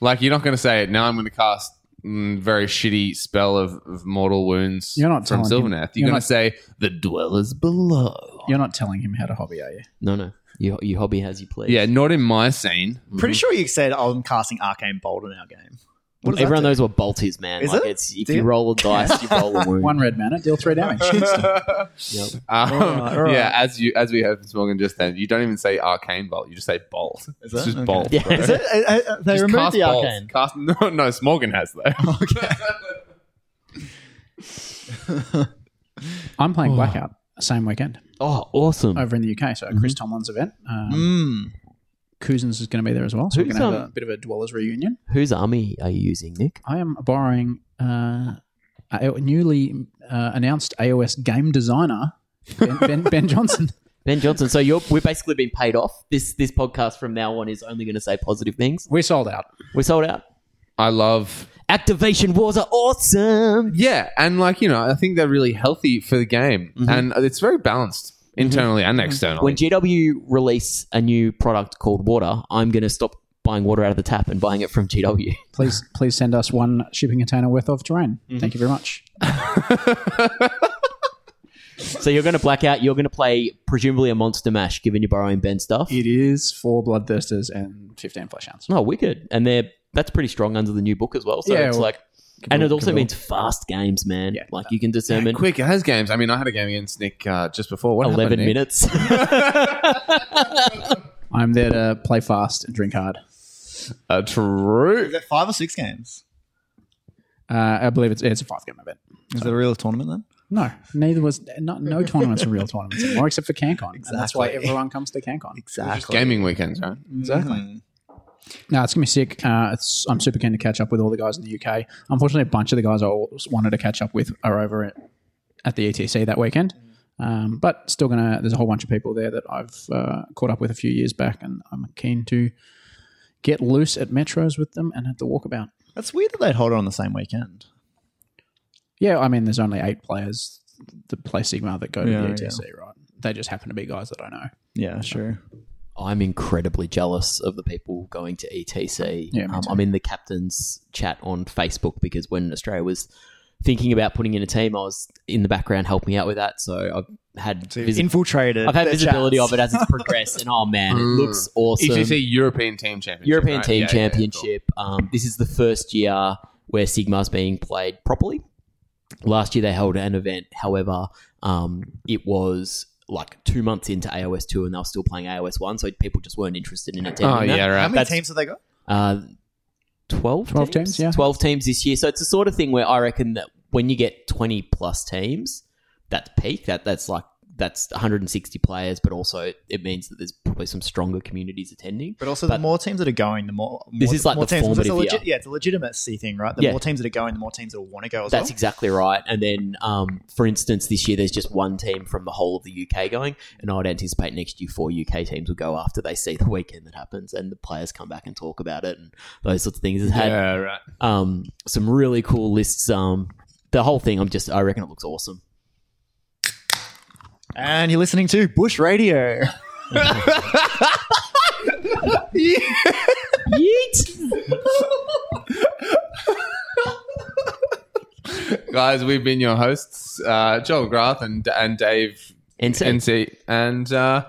Like you're not going to say it. Now I'm going to cast mm, very shitty spell of, of mortal wounds.
You're not
from
telling him-
Sylvaneth.
you're
You're, going
not-
to say the dwellers below.
You're not telling him how to hobby, are you?
No, no. You, you hobby has you please.
Yeah, not in my scene.
Pretty sure you said I'm casting arcane bolt in our game. What does that
Everyone
do?
knows what bolt is, man.
Is
like,
it?
It's, if
Do
you
you?
roll a dice, you roll a wound.
One red mana, deal three damage.
Yep.
Um,
Alright, alright.
Yeah, as you as we heard from Morgan just then, you don't even say arcane bolt. You just say bolt. it's
Is it?
just
Okay.
bolt.
Yeah.
bro.
Is it? Uh, uh, uh, they
Just
removed
cast
the
bolt.
arcane.
Cast no, no. Smorgan has though.
I'm playing Blackout. same weekend
Oh, awesome.
over in the UK. So Chris Tomlin's event. Um,
Mm.
Cousins is going to be there as well. So we're
Who's,
going to have
um,
a bit of a dwellers reunion.
Whose army are you using, Nick?
I am borrowing uh, a newly uh, announced AOS game designer Ben, ben, ben Johnson.
Ben Johnson. So you're, we're basically being paid off. This this podcast from now on is only going to say positive things.
We're sold out.
We're sold out.
I love
Activation wars are awesome.
Yeah, and like you know, I think they're really healthy for the game, and it's very balanced internally and externally.
Mm-hmm. When GW release a new product called water, I'm going to stop buying water out of the tap and buying it from GW.
Please, please send us one shipping container worth of terrain. Thank you very much.
so you're going to black out. You're going to play presumably a monster mash, given you're borrowing Ben stuff.
It is four bloodthirsters and fifteen flesh hounds.
Oh, wicked! And they're that's pretty strong under the new book as well. So
Yeah,
it's
well,
like, and it
Cavill-
also
Cavill.
means fast games, man.
Yeah.
like you can determine
Quick, it has games. I mean, I had a game against Nick uh, just before. What
eleven
happened, Nick?
minutes.
I'm there to play fast and drink hard.
Uh,
Is
true.
that five or six games?
Uh, I believe it's it's a five game event.
Is it a real tournament then?
No, neither was not, no tournaments are real tournaments anymore, except for CanCon. And that's why
Exactly.
everyone comes to CanCon.
Just gaming weekends, right?
Exactly. No, it's gonna be sick. Uh, it's, I'm super keen to catch up with all the guys in the UK. Unfortunately, a bunch of the guys I always wanted to catch up with are over at, at the ETC that weekend. Um, but still gonna. There's a whole bunch of people there that I've uh, caught up with a few years back, and I'm keen to get loose at metros with them and at the walkabout.
That's weird that they'd hold it on the same weekend.
Yeah, I mean, there's only eight players that play Sigma that go to
Yeah,
the ETC, right? They just happen to be guys that I know.
Yeah, sure.
I'm incredibly jealous of the people going to ETC.
Yeah, me
um,
too.
I'm in the captain's chat on Facebook because when Australia was thinking about putting in a team, I was in the background helping out with that. So I've had visi-
Infiltrated.
I've had
their
visibility
chats.
of it as it's progressed, and oh man, it
Mm.
looks awesome.
ETC European Team Championship.
European
right?
Team
Yeah, yeah, yeah,
Championship. um, this is the first year where Sigma's being played properly. Last year they held an event, however, um, it was like two months into AOS two, and they were still playing AOS one, so people just weren't interested in
cool. Oh
attending. that.
yeah,
How
right.
many
That's-
teams have they got?
Uh, 12,
12 teams, yeah.
12 teams this year. So it's the sort of thing where I reckon that when you get 20 plus teams, that's peak. That That's like, that's 160 players, but also it means that there's probably some stronger communities attending.
But also,
But-
the more teams that are going, the more, more
This is like
more
the
teams. 'cause It's a
formative
legit,
year.
yeah, it's a legitimacy thing, right? The
Yeah.
more teams that are going, the more teams that will want to go as
That's
well.
exactly right. And then, um, for instance, this year there's just one team from the whole of the UK going, and I'd anticipate next year four UK teams will go after they see the weekend that happens, and the players come back and talk about it and those sorts of things. It's had
Yeah, right.
um, some really cool lists. Um, the whole thing, I'm just, I reckon it looks awesome.
and you're listening to Bush Radio.
Guys, we've been your hosts, uh, Joel Grath and and Dave
And so,
NC, and uh,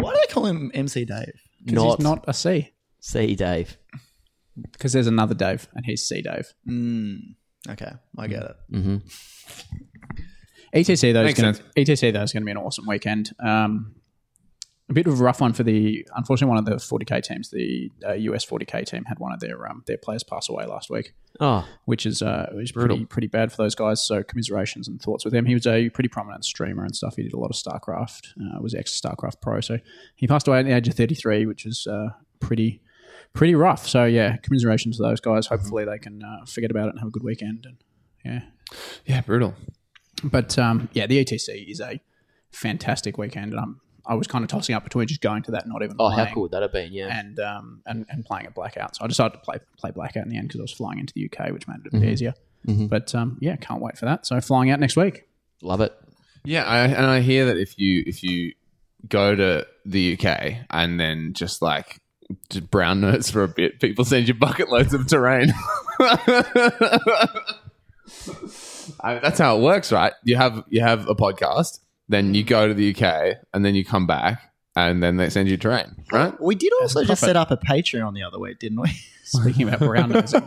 Why do they call him MC Dave?
Because
not,
he's not a C.
see Dave.
Because there's another Dave, and he's C Dave.
Mm. Okay, I get it.
Mm.
ETC E though, is
Makes
gonna,
sense.
ETC though is going to be an awesome weekend. Um, a bit of a rough one for the unfortunately one of the 40k teams, the uh, US 40k team had one of their um, their players pass away last week,
Oh,
which is uh, which is pretty pretty bad for those guys. So commiserations and thoughts with him. He was a pretty prominent streamer and stuff. He did a lot of StarCraft. Uh, was ex StarCraft pro. So he passed away at the age of 33, which is uh, pretty pretty rough. So yeah, commiserations to those guys. Hopefully they can uh, forget about it and have a good weekend. And yeah,
yeah, brutal.
but um, yeah, the ETC is a fantastic weekend, and I'm I was kind of tossing up between just going to that, and not even
oh
playing,
how cool would that have been? Yeah.
and um and, and playing at Blackout. So I decided to play play Blackout in the end because I was flying into the UK, which made it a bit
Mm-hmm.
easier. But um, yeah, can't wait for that. So flying out next week.
Love it.
Yeah, I, and I hear that if you if you go to the UK and then just like just brown notes for a bit, people send you bucket loads of terrain. I mean, that's how it works, right? You have you have a podcast, then you go to the UK, and then you come back, and then they send you terrain, right?
We did also just set up a Patreon the other week, didn't we?
Speaking about brown nosing.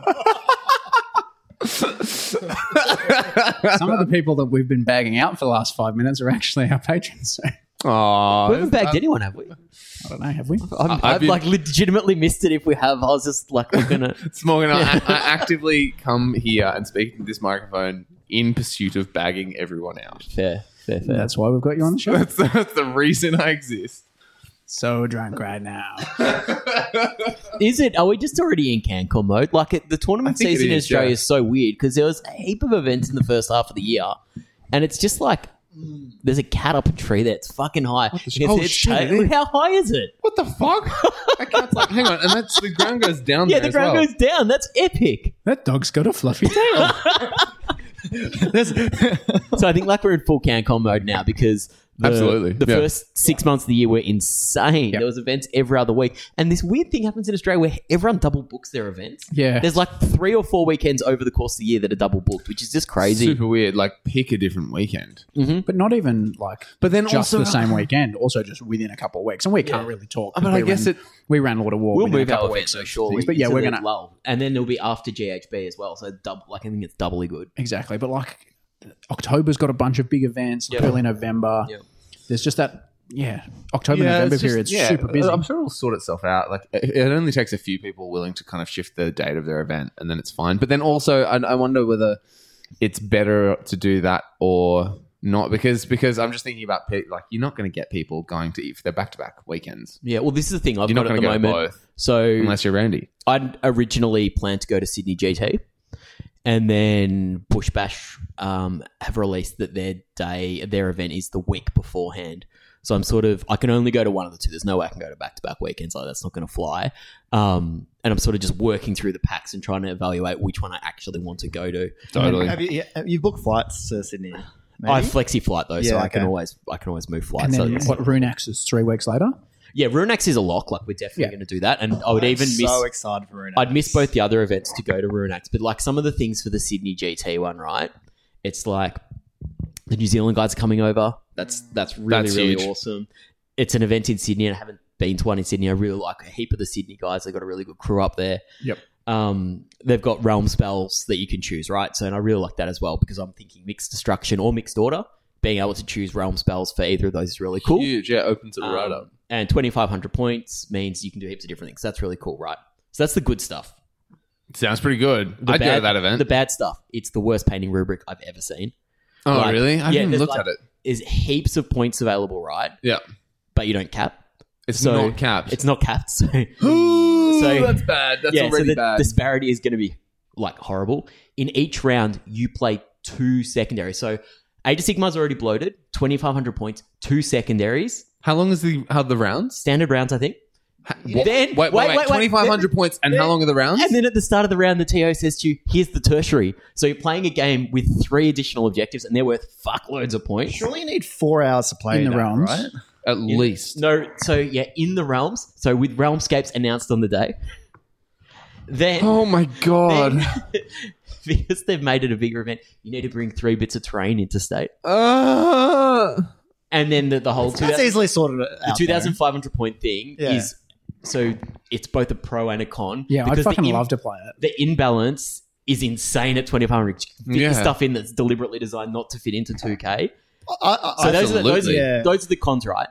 Some of the people that we've been bagging out for the last five minutes are actually our patrons. So I
We
Oh,
haven't bagged anyone, have we?
don't know, have we?
I've, I've,
I've been-
like legitimately missed it. If we have, I was just like looking at.
Morgan, I, I actively come here and speak to this microphone in pursuit of bagging everyone out.
Fair. Fair, fair.
That's why we've got you on the show.
That's, that's the reason I exist.
so drunk right now.
Is it? Are we just already in CanCon mode? Like it, the tournament
I think it
season in
is,
Australia
yeah.
is so weird because there was a heap of events in the first half of the year, and it's just like mm, there's a cat up a tree that's fucking high.
the sh-
And it's-
oh,
it's
shit,
ta-
it is.
How high is it?
What the fuck? That cat's like, hang on, and that's the ground goes down
Yeah,
there
the ground
as well.
goes down. That's epic.
That dog's got a fluffy tail.
so I think like we're in full CanCon mode now because the,
Absolutely,
the
yeah.
first six months of the year were insane. There was events every other week, and this weird thing happens in Australia where everyone double books their events.
Yeah.
there's like three or four weekends over the course of the year that are double booked, which is just crazy.
Super weird. Like pick a different weekend.
but not even like
But then
just
also-
the same weekend, also just within a couple of weeks. And we can't really talk.
Uh, I mean,
We
I guess
ran,
it-
we ran Lord of War.
We'll
within a
move
couple
our
of weeks
events, so
of
surely.
things. But yeah,
into
we're
the
gonna
lull. and then it'll be after GHB as well. So double, like I think it's doubly good.
exactly. But like October's got a bunch of big events. Early November.
Yep.
There's just that. Yeah, October November
it's just-
period's
yeah, uh,
super busy.
I'm sure it'll sort itself out. Like it it only takes a few people willing to kind of shift the date of their event, and then it's fine. But then also, I, I wonder whether it's better to do that or not because because I'm just thinking about pe- like you're not going to get people going to eat for their back to back weekends
Yeah. Well, this is the thing I've
You're not
got at the
gonna go
moment.
both.
So
unless you're Randy.
I'd originally planned to go to Sydney GT, and then Bush Bash um, have released that their day, their event is the week beforehand. So I'm sort of, I can only go to one of the two. There's no way I can go to back to back weekends. Like that's not going to fly. Um, and I'm sort of just working through the packs and trying to evaluate which one I actually want to go to.
Totally.
Have you, yeah, have you booked flights to Sydney? Maybe?
I have flexi flight though, so
Yeah,
I can
okay.
always, I can always move
and
flights. So
then
it's-
what? Runex is three weeks later.
yeah, Runex is a lock. Like we're definitely
Yeah.
going to do that. And I would
I'm
even
so
miss.
excited for it.
I'd miss both the other events to go to Ruinax, but like some of the things for the Sydney GT one, right? It's like the New Zealand guys are coming over. That's that's really
That's
really
huge.
awesome. It's an event in Sydney, and I haven't been to one in Sydney. I really like a heap of the Sydney guys. They got a really good crew up there.
Yep.
Um, they've got realm spells that you can choose, right? So, and I really like that as well because I'm thinking mixed destruction or mixed order. Being able to choose realm spells for either of those is really cool.
Huge, yeah, opens it
Um,
right up.
And 2,500 points means you can do heaps of different things. That's really cool, right? So that's the good stuff.
Sounds pretty good.
The
I'd
bad,
go to that event.
The bad stuff. It's the worst painting rubric I've ever seen.
oh,
like-
really? I haven't
yeah,
even
there's
looked
like-
at it.
Is heaps of points available, right?
Yeah,
But you don't cap.
it's
So,
not capped.
It's not capped. So
Ooh,
so-
that's bad. That's
yeah, so
already
the
bad.
disparity is going to be like horrible. In each round, you play two secondaries. So Age of Sigmar's already bloated. Twenty five hundred points, two secondaries,
how long is the how the rounds?
standard rounds, I think. Then- wait,
wait, wait, wait,
wait, wait.
2,500 points, and how long are the rounds?
And then at the start of the round, the TO says to you, "Here's the tertiary." So you're playing a game with three additional objectives, and they're worth fuckloads of points.
Surely you need four hours to play
In the
it,
realms.
right?
At
In-
least.
No, so yeah, in the realms. So with Realmscapes announced on the day. Then,
Oh my god.
then-
oh,
because they've made it a bigger event, you need to bring three bits of terrain into state.
Uh,
And then the, the whole
That's
2000
easily sorted out.
the
though.
2,500 point thing
Yeah.
is so it's both a pro and a con.
Yeah, I
because the
fucking
im-
love to play it.
the imbalance is insane at 2,500. You can fit
Yeah.
the stuff in that's deliberately designed not to fit into 2K.
I, I,
So those are, the, those, are,
Absolutely.
Yeah.
those are the cons, right?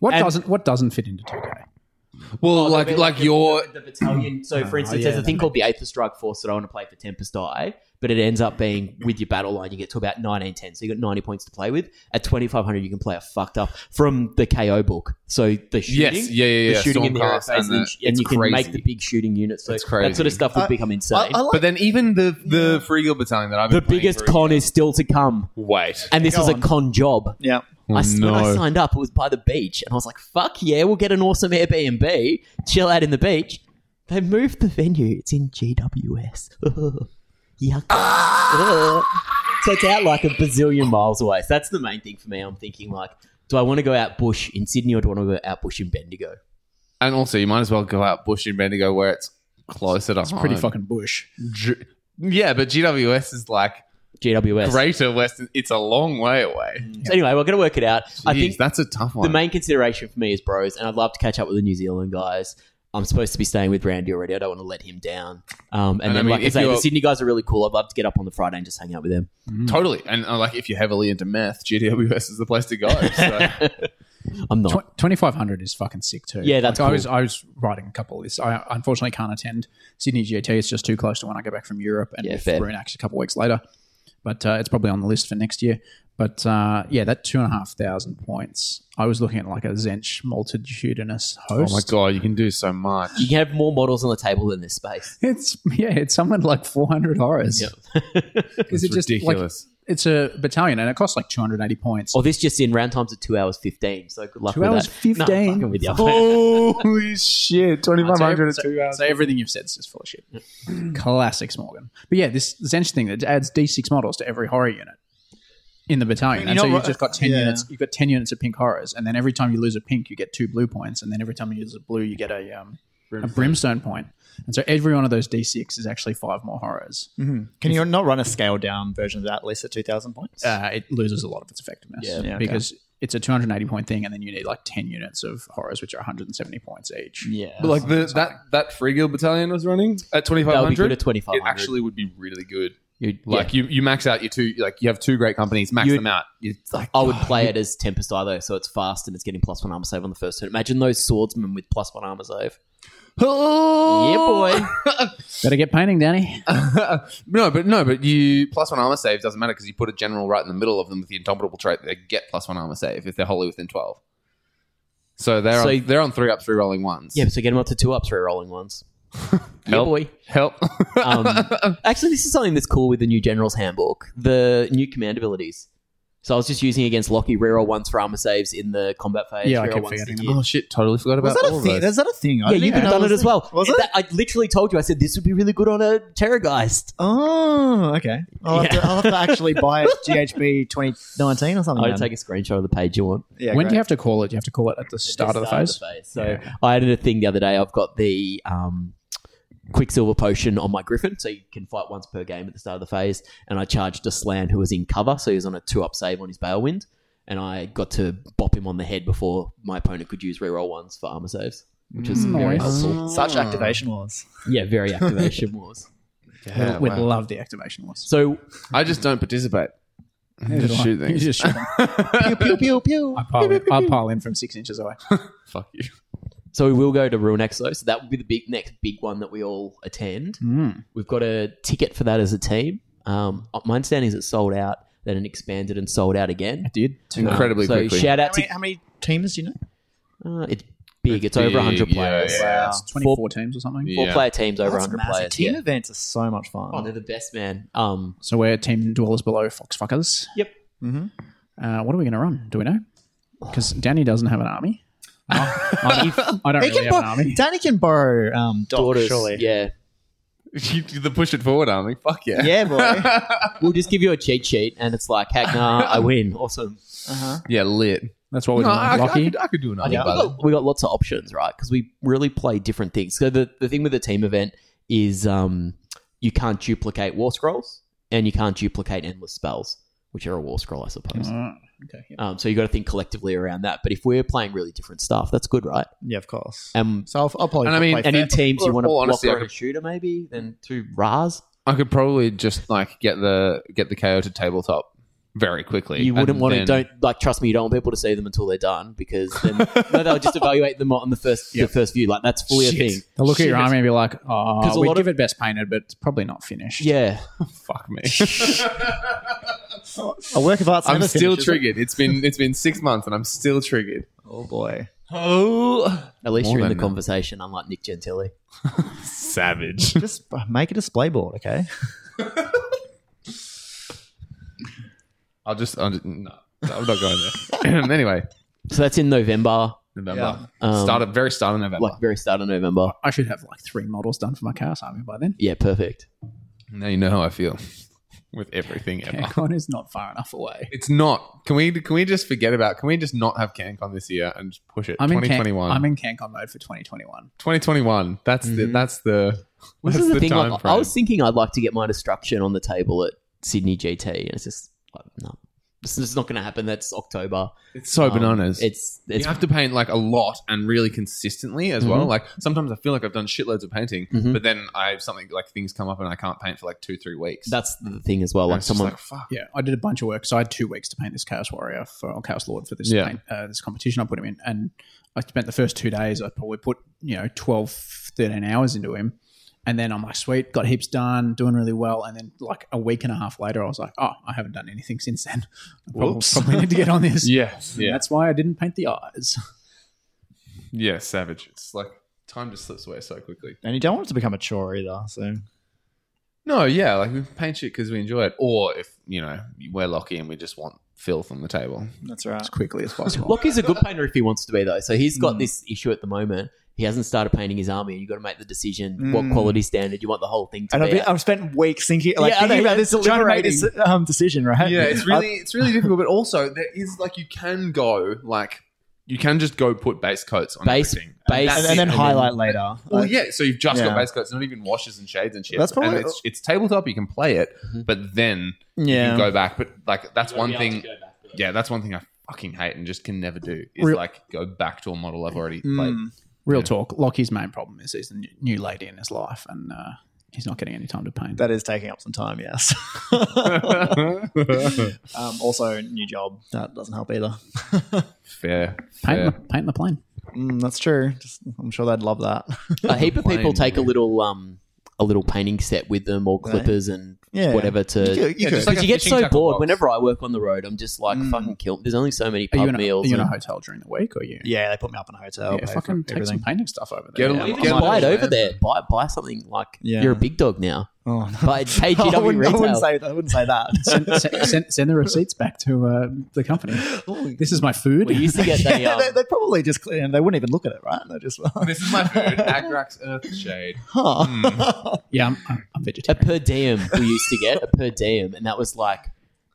What
And-
doesn't what doesn't fit into two K?
well, like
But
like
the-
your Ah,
the battalion. So, for instance,
yeah,
there's a thing called the Aether Strike Force that I want to play for Tempest Die, but it ends up being with your battle line. You get to about 19, 10. So you got 90 points to play with. At 2500, you can play a fucked up from the KO book. So the shooting,
yes, yeah, yeah, yeah.
the shooting in the
Stormcast
aerospace, and,
and the-
and
it's
you can
crazy.
make the big shooting units. So
It's
that sort of
crazy.
stuff would
I-
become
I,
insane.
I like
But then even the the Free Guild battalion that I've
the
been playing
biggest
through-
con is still to come,
Wait.
and this
Go
is a
on.
con job.
yeah.
I, s- When I
no.
signed up, it was by the beach, and I was like, "Fuck yeah, we'll get an awesome Airbnb, chill out in the beach." They moved the venue; it's in GWS. Yuck! Ugh. so it's out like a bazillion miles away. So that's the main thing for me. I'm thinking like, do I want to go out bush in Sydney or do I want to go out bush in Bendigo?
And also, you might as well go out bush in Bendigo where it's closer to home.
Pretty fucking bush.
G- yeah, but GWS is like
GWS.
greater Western. It's a long way away.
So anyway, we're going to work it out. I
Jeez,
think
that's a tough one.
the main consideration for me is bros, and I'd love to catch up with the New Zealand guys. I'm supposed to be staying with Randy already. I don't want to let him down. Um, and,
And I
then,
mean,
like I
if
say, the
you're-
Sydney guys are really cool. I'd love to get up on the Friday and just hang out with them.
totally. And uh, like, if you're heavily into meth, GWS is the place to go. So.
I'm not.
Tw- 2500 is fucking sick too.
Oh. Yeah, that's
like
cool.
I was I was writing a couple of this. I unfortunately can't attend Sydney GT. It's just too close to when I go back from Europe and
Yeah,
with
fair.
Runax a couple of weeks later. But uh, it's probably on the list for next year. But uh, yeah, that two and a half thousand points. I was looking at like a Zench multitudinous host.
Oh my god, you can do so much.
You can have more models on the table than this space.
It's yeah, it's somewhere like four hundred horrors. Is
It's
it just like
ridiculous.
it's a battalion and it costs like two hundred eighty points?
Or Oh, this just in round times at two hours fifteen. So good luck
Two
with
hours
that.
15?
No, I'm fucking with you.
Holy shit! Twenty five hundred
so,
two hours.
so everything you've said is just full of shit. Classics, Morgan. But yeah, this Zench thing that adds D six models to every horror unit in the battalion,
You
and
know
so you've
what-
just got ten
yeah.
units. You've got ten units of pink horrors, and then every time you lose a pink, you get two blue points, and then every time you lose a blue, you get a um, a brimstone point. And so every one of those D six is actually five more horrors.
Can you not run a scaled down version of that at least at 2,000 points?
Uh, it loses a lot of its effectiveness
Yeah.
Yeah, okay.
because it's a 280 point thing, and then you need like 10 units of horrors, which are 170 points each.
yeah.
But like the, that that free guild battalion was running at twenty five
That would be good
hundred.
at twenty five
It
hundred.
actually would be really good.
You'd-
Like you, you max out your two. Like you have two great companies, max them out. You, like
I would play it as Tempest either, so it's fast and it's getting plus one armor save on the first turn. Imagine those swordsmen with plus one armor save. Yeah, boy.
Better get painting, Danny.
no, but no, but you plus one armor save doesn't matter because you put a general right in the middle of them with the indomitable trait. They get plus one armor save if they're wholly within twelve. So they're
So-
on, they're on three up, three rolling ones.
yeah, so get them up to two up, three rolling ones.
help,
Yeah, boy.
help.
Um, actually, this is something that's cool with the new General's Handbook the new command abilities. So I was just using against Lockie reroll ones for armor saves in the combat phase.
Yeah, I
reroll
kept
ones to
forgetting Oh,
hit.
oh shit! Totally forgot
was
about
that
all
a
of
thing?
those.
Is that a thing? I
Yeah,
didn't
you could
even
have
know
done it
was
as
a
well.
Was it?
That- I literally told you. I said this would be really good on a Terrorgeist.
thing. Oh, okay. I'll, have
Yeah.
to, I'll have to actually buy it GHB 2019 or
Oh,
something.
I'll
then.
take a screenshot of the page you want.
yeah,
when do
great.
you have to call it? You have to call it at the start of the phase.
So I added a thing the other day. I've got the um, Quicksilver potion on my Griffin, so you can fight once per game at the start of the phase. And I charged a slan who was in cover, so he was on a two up save on his Bailwind. And I got to bop him on the head before my opponent could use reroll ones for armor saves, which is very
Nice.
helpful.
Such activation was.
Yeah, very activation wars.
Yeah,
We'd
wow.
love the activation list.
So
I just don't participate. Just shoot things.
Just shoot them.
pew, pew, pew, pew.
I pile, in, I pile in from six inches away.
Fuck you.
so we will go to Rule Next though. So that will be the big next big one that we all attend.
Hmm.
Mm.
We've got a ticket for that as a team. Um, my understanding is it sold out, then it expanded and sold out again. Um,
Dude,
Incredibly
so
quickly.
shout
How
out
many, how many teams do you know?
to uh, it's big. It's, over over
big,
100
yeah,
players.
yeah.
Wow.
it's 24 teams or something.
Four
Yeah.
player teams over
That's
100
massive.
players.
Team
yeah.
events are so much fun.
Oh, they're the best, man. Um,
So we're team dwellers below Foxfuckers.
Yep.
Mhm.
Uh, what are we going to run? Do we know? Because Danny doesn't have an army. I, I don't
He
really
can
have an
borrow,
army.
Danny can borrow um, Doc,
daughters.
surely.
Yeah.
the push it forward army. Fuck yeah.
Yeah, boy. uh-huh.
We'll just give you a cheat sheet, and it's like, heck, nah, I win. Awesome.
Yeah, lit.
That's what we're
No,
doing.
I, I
Lockie.
could, I could do an army.
Yeah, we, got, we got lots of options, right? Because we really play different things. So the, the thing with the team event is um, you can't duplicate war scrolls and you can't duplicate endless spells, which are a war scroll, I suppose.
Mm.
Uh, okay. yeah.
Um, so you got to think collectively around that. But if we're playing really different stuff, that's good, right?
Yeah, of course.
Um,
So I'll, I'll probably.
And I mean-
play
and in
fair-
teams, you want to
Well,
blocker
honestly, I
and a
could-
shooter, maybe, then two Ras.
I could probably just like get the get the KO to tabletop very quickly.
You wouldn't
and
want to
then-
don't like trust me. You don't want people to see them until they're done because then no, they'll just evaluate them on the first the first view. Like that's fully a thing.
They'll look at your army and be like, oh,
a
we
lot
give it best painted, but it's probably not finished.
Yeah,
Fuck me.
a work of art's
I'm
never
still
finishes.
triggered. It's been it's been six months and I'm still triggered.
Oh boy.
Oh,
at least
More
you're in
than
the
that.
conversation, unlike Nick Gentili.
savage.
Just make a display board, okay?
I'll just, I'll just no, I'm not going there. anyway,
So that's in November,
November
Um,
start at very start of November,
like very start of November.
I should have like three models done for my chaos army by then.
Yeah, perfect.
now you know how I feel with everything ever.
CanCon is not far enough away.
It's not. Can we can we just forget about? Can we just not have CanCon this year and just push it?
I'm in, Can-
2021.
I'm in CanCon mode for 2021.
2021. That's the that's the
Mm-hmm. This
that's
is
the,
the, thing.
time
Like,
frame.
I was thinking I'd like to get my destruction on the table at Sydney GT, and it's just like, no, this is not going to happen. That's October.
it's so
Um,
bananas.
It's it's Mm-hmm.
you have to paint like a lot and really consistently as well. Like sometimes I feel like I've done shitloads of painting,
Mhm.
but then I have something like things come up and I can't paint for like two three weeks.
that's the thing as well.
And
Like
it's just
someone,
like, fuck.
Yeah, I did a bunch of work. So I had two weeks to paint this Chaos Warrior for or Chaos Lord for this
Yeah.
paint, uh, this competition I put him in. And I spent the first two days, I probably put, you know, 12, 13 hours into him. And then I'm like, sweet, got heaps done, doing really well. And then like a week and a half later, I was like, oh, I haven't done anything since then. I probably,
Whoops.
probably need to get on this.
Yes.
And That's why I didn't paint the eyes.
Yeah, savage. It's like time just slips away so quickly.
And you don't want it to become a chore either. So
No, yeah, like we paint shit because we enjoy it, or if you know we're lucky and we just want filth on the table.
that's right.
as quickly as possible.
Lockie's a good painter if he wants to be though. So he's got this issue at the moment. He hasn't started painting his army. You got to make the decision what
Mm.
quality standard you want the whole thing to
And I've,
be.
been,
at.
I've spent weeks thinking, like,
Yeah, I
thinking
know,
about this,
it's
trying to make this um, decision, right?
Yeah, it's really it's really difficult, but also there is like you can go like you can just go put base coats on
Base-
everything.
base-
that's
and,
it.
and then highlight later.
Well,
Like,
yeah, so you've just got
Yeah.
base coats, not even washes and shades and shit.
That's probably- Mm-hmm.
and it's, it's tabletop. You can play it, but then you
yeah.
can go back. But like that's one thing. Yeah, that's one thing I fucking hate and just can never do is
Real-
like go back to a model I've already played.
Mm.
Real talk. Lockie's main problem is he's a new- new lady in his life, and uh, he's not getting any time to paint.
That is taking up some time, yes. um, also, new job. That doesn't help either.
Fair,
paint,
fair.
the, paint the plane.
Mm, that's true. Just, I'm sure they'd love that.
a heap of people
Plain,
take a little um a little painting set with them or clippers and
Yeah.
whatever to.
You could-
Yeah, just
But
like a
you get
fishing
so
tackle
bored.
box.
Whenever I work on the road, I'm just like
Mm.
fucking killed. There's only so many
Are
pub
you, in a, are
meals.
you in a
and-
hotel during the week, or are you?
yeah, they put me up in a hotel.
yeah
pay
fucking
for
take some painting stuff over there.
Get a
Yeah,
little-
just
Yeah.
buy it
Yeah.
over there. Buy buy something like
Yeah.
you're a big dog now.
Oh, no.
Buy pay
I
GW
wouldn't, I
retail.
wouldn't say that. I wouldn't say that.
send, send- send, send the receipts back to uh, the company. This is my food.
we used to get the
yeah,
um,
they, they'd probably just, and they wouldn't even look at it, right? They just,
This is my food. Agrax Earthshade.
huh.
yeah, I'm, I'm, I'm
a
vegetarian.
per diem we used to get a per diem, and that was like.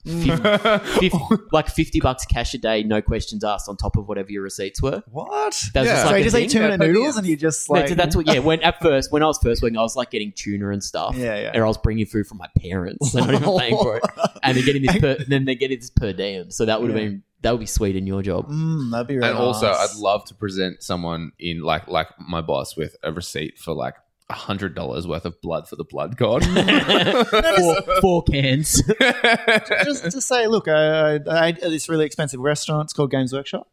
fif-
Mm.
fif- like 50 bucks cash a day, no questions asked, on top of whatever your receipts were.
What?
That was
Yeah.
just
so
like
you
a
just eat
thing.
tuna
Yeah, but
noodles
yeah.
and you just
No,
like.
so that's what, yeah. When at first, when I was first working, I was like getting tuna and stuff.
Yeah, yeah.
And I was bringing food from my parents. They're not even paying for it, and they're getting this. Per, then they're getting this per diem. So that would have
Yeah.
been that would be sweet in your job.
Mm, that'd be really
And also,
nice.
I'd love to present someone in like like my boss with a receipt for like a hundred dollars worth of blood for the blood god.
four, four cans.
just to say, look, I, I, I ate at this really expensive restaurant. It's called Games Workshop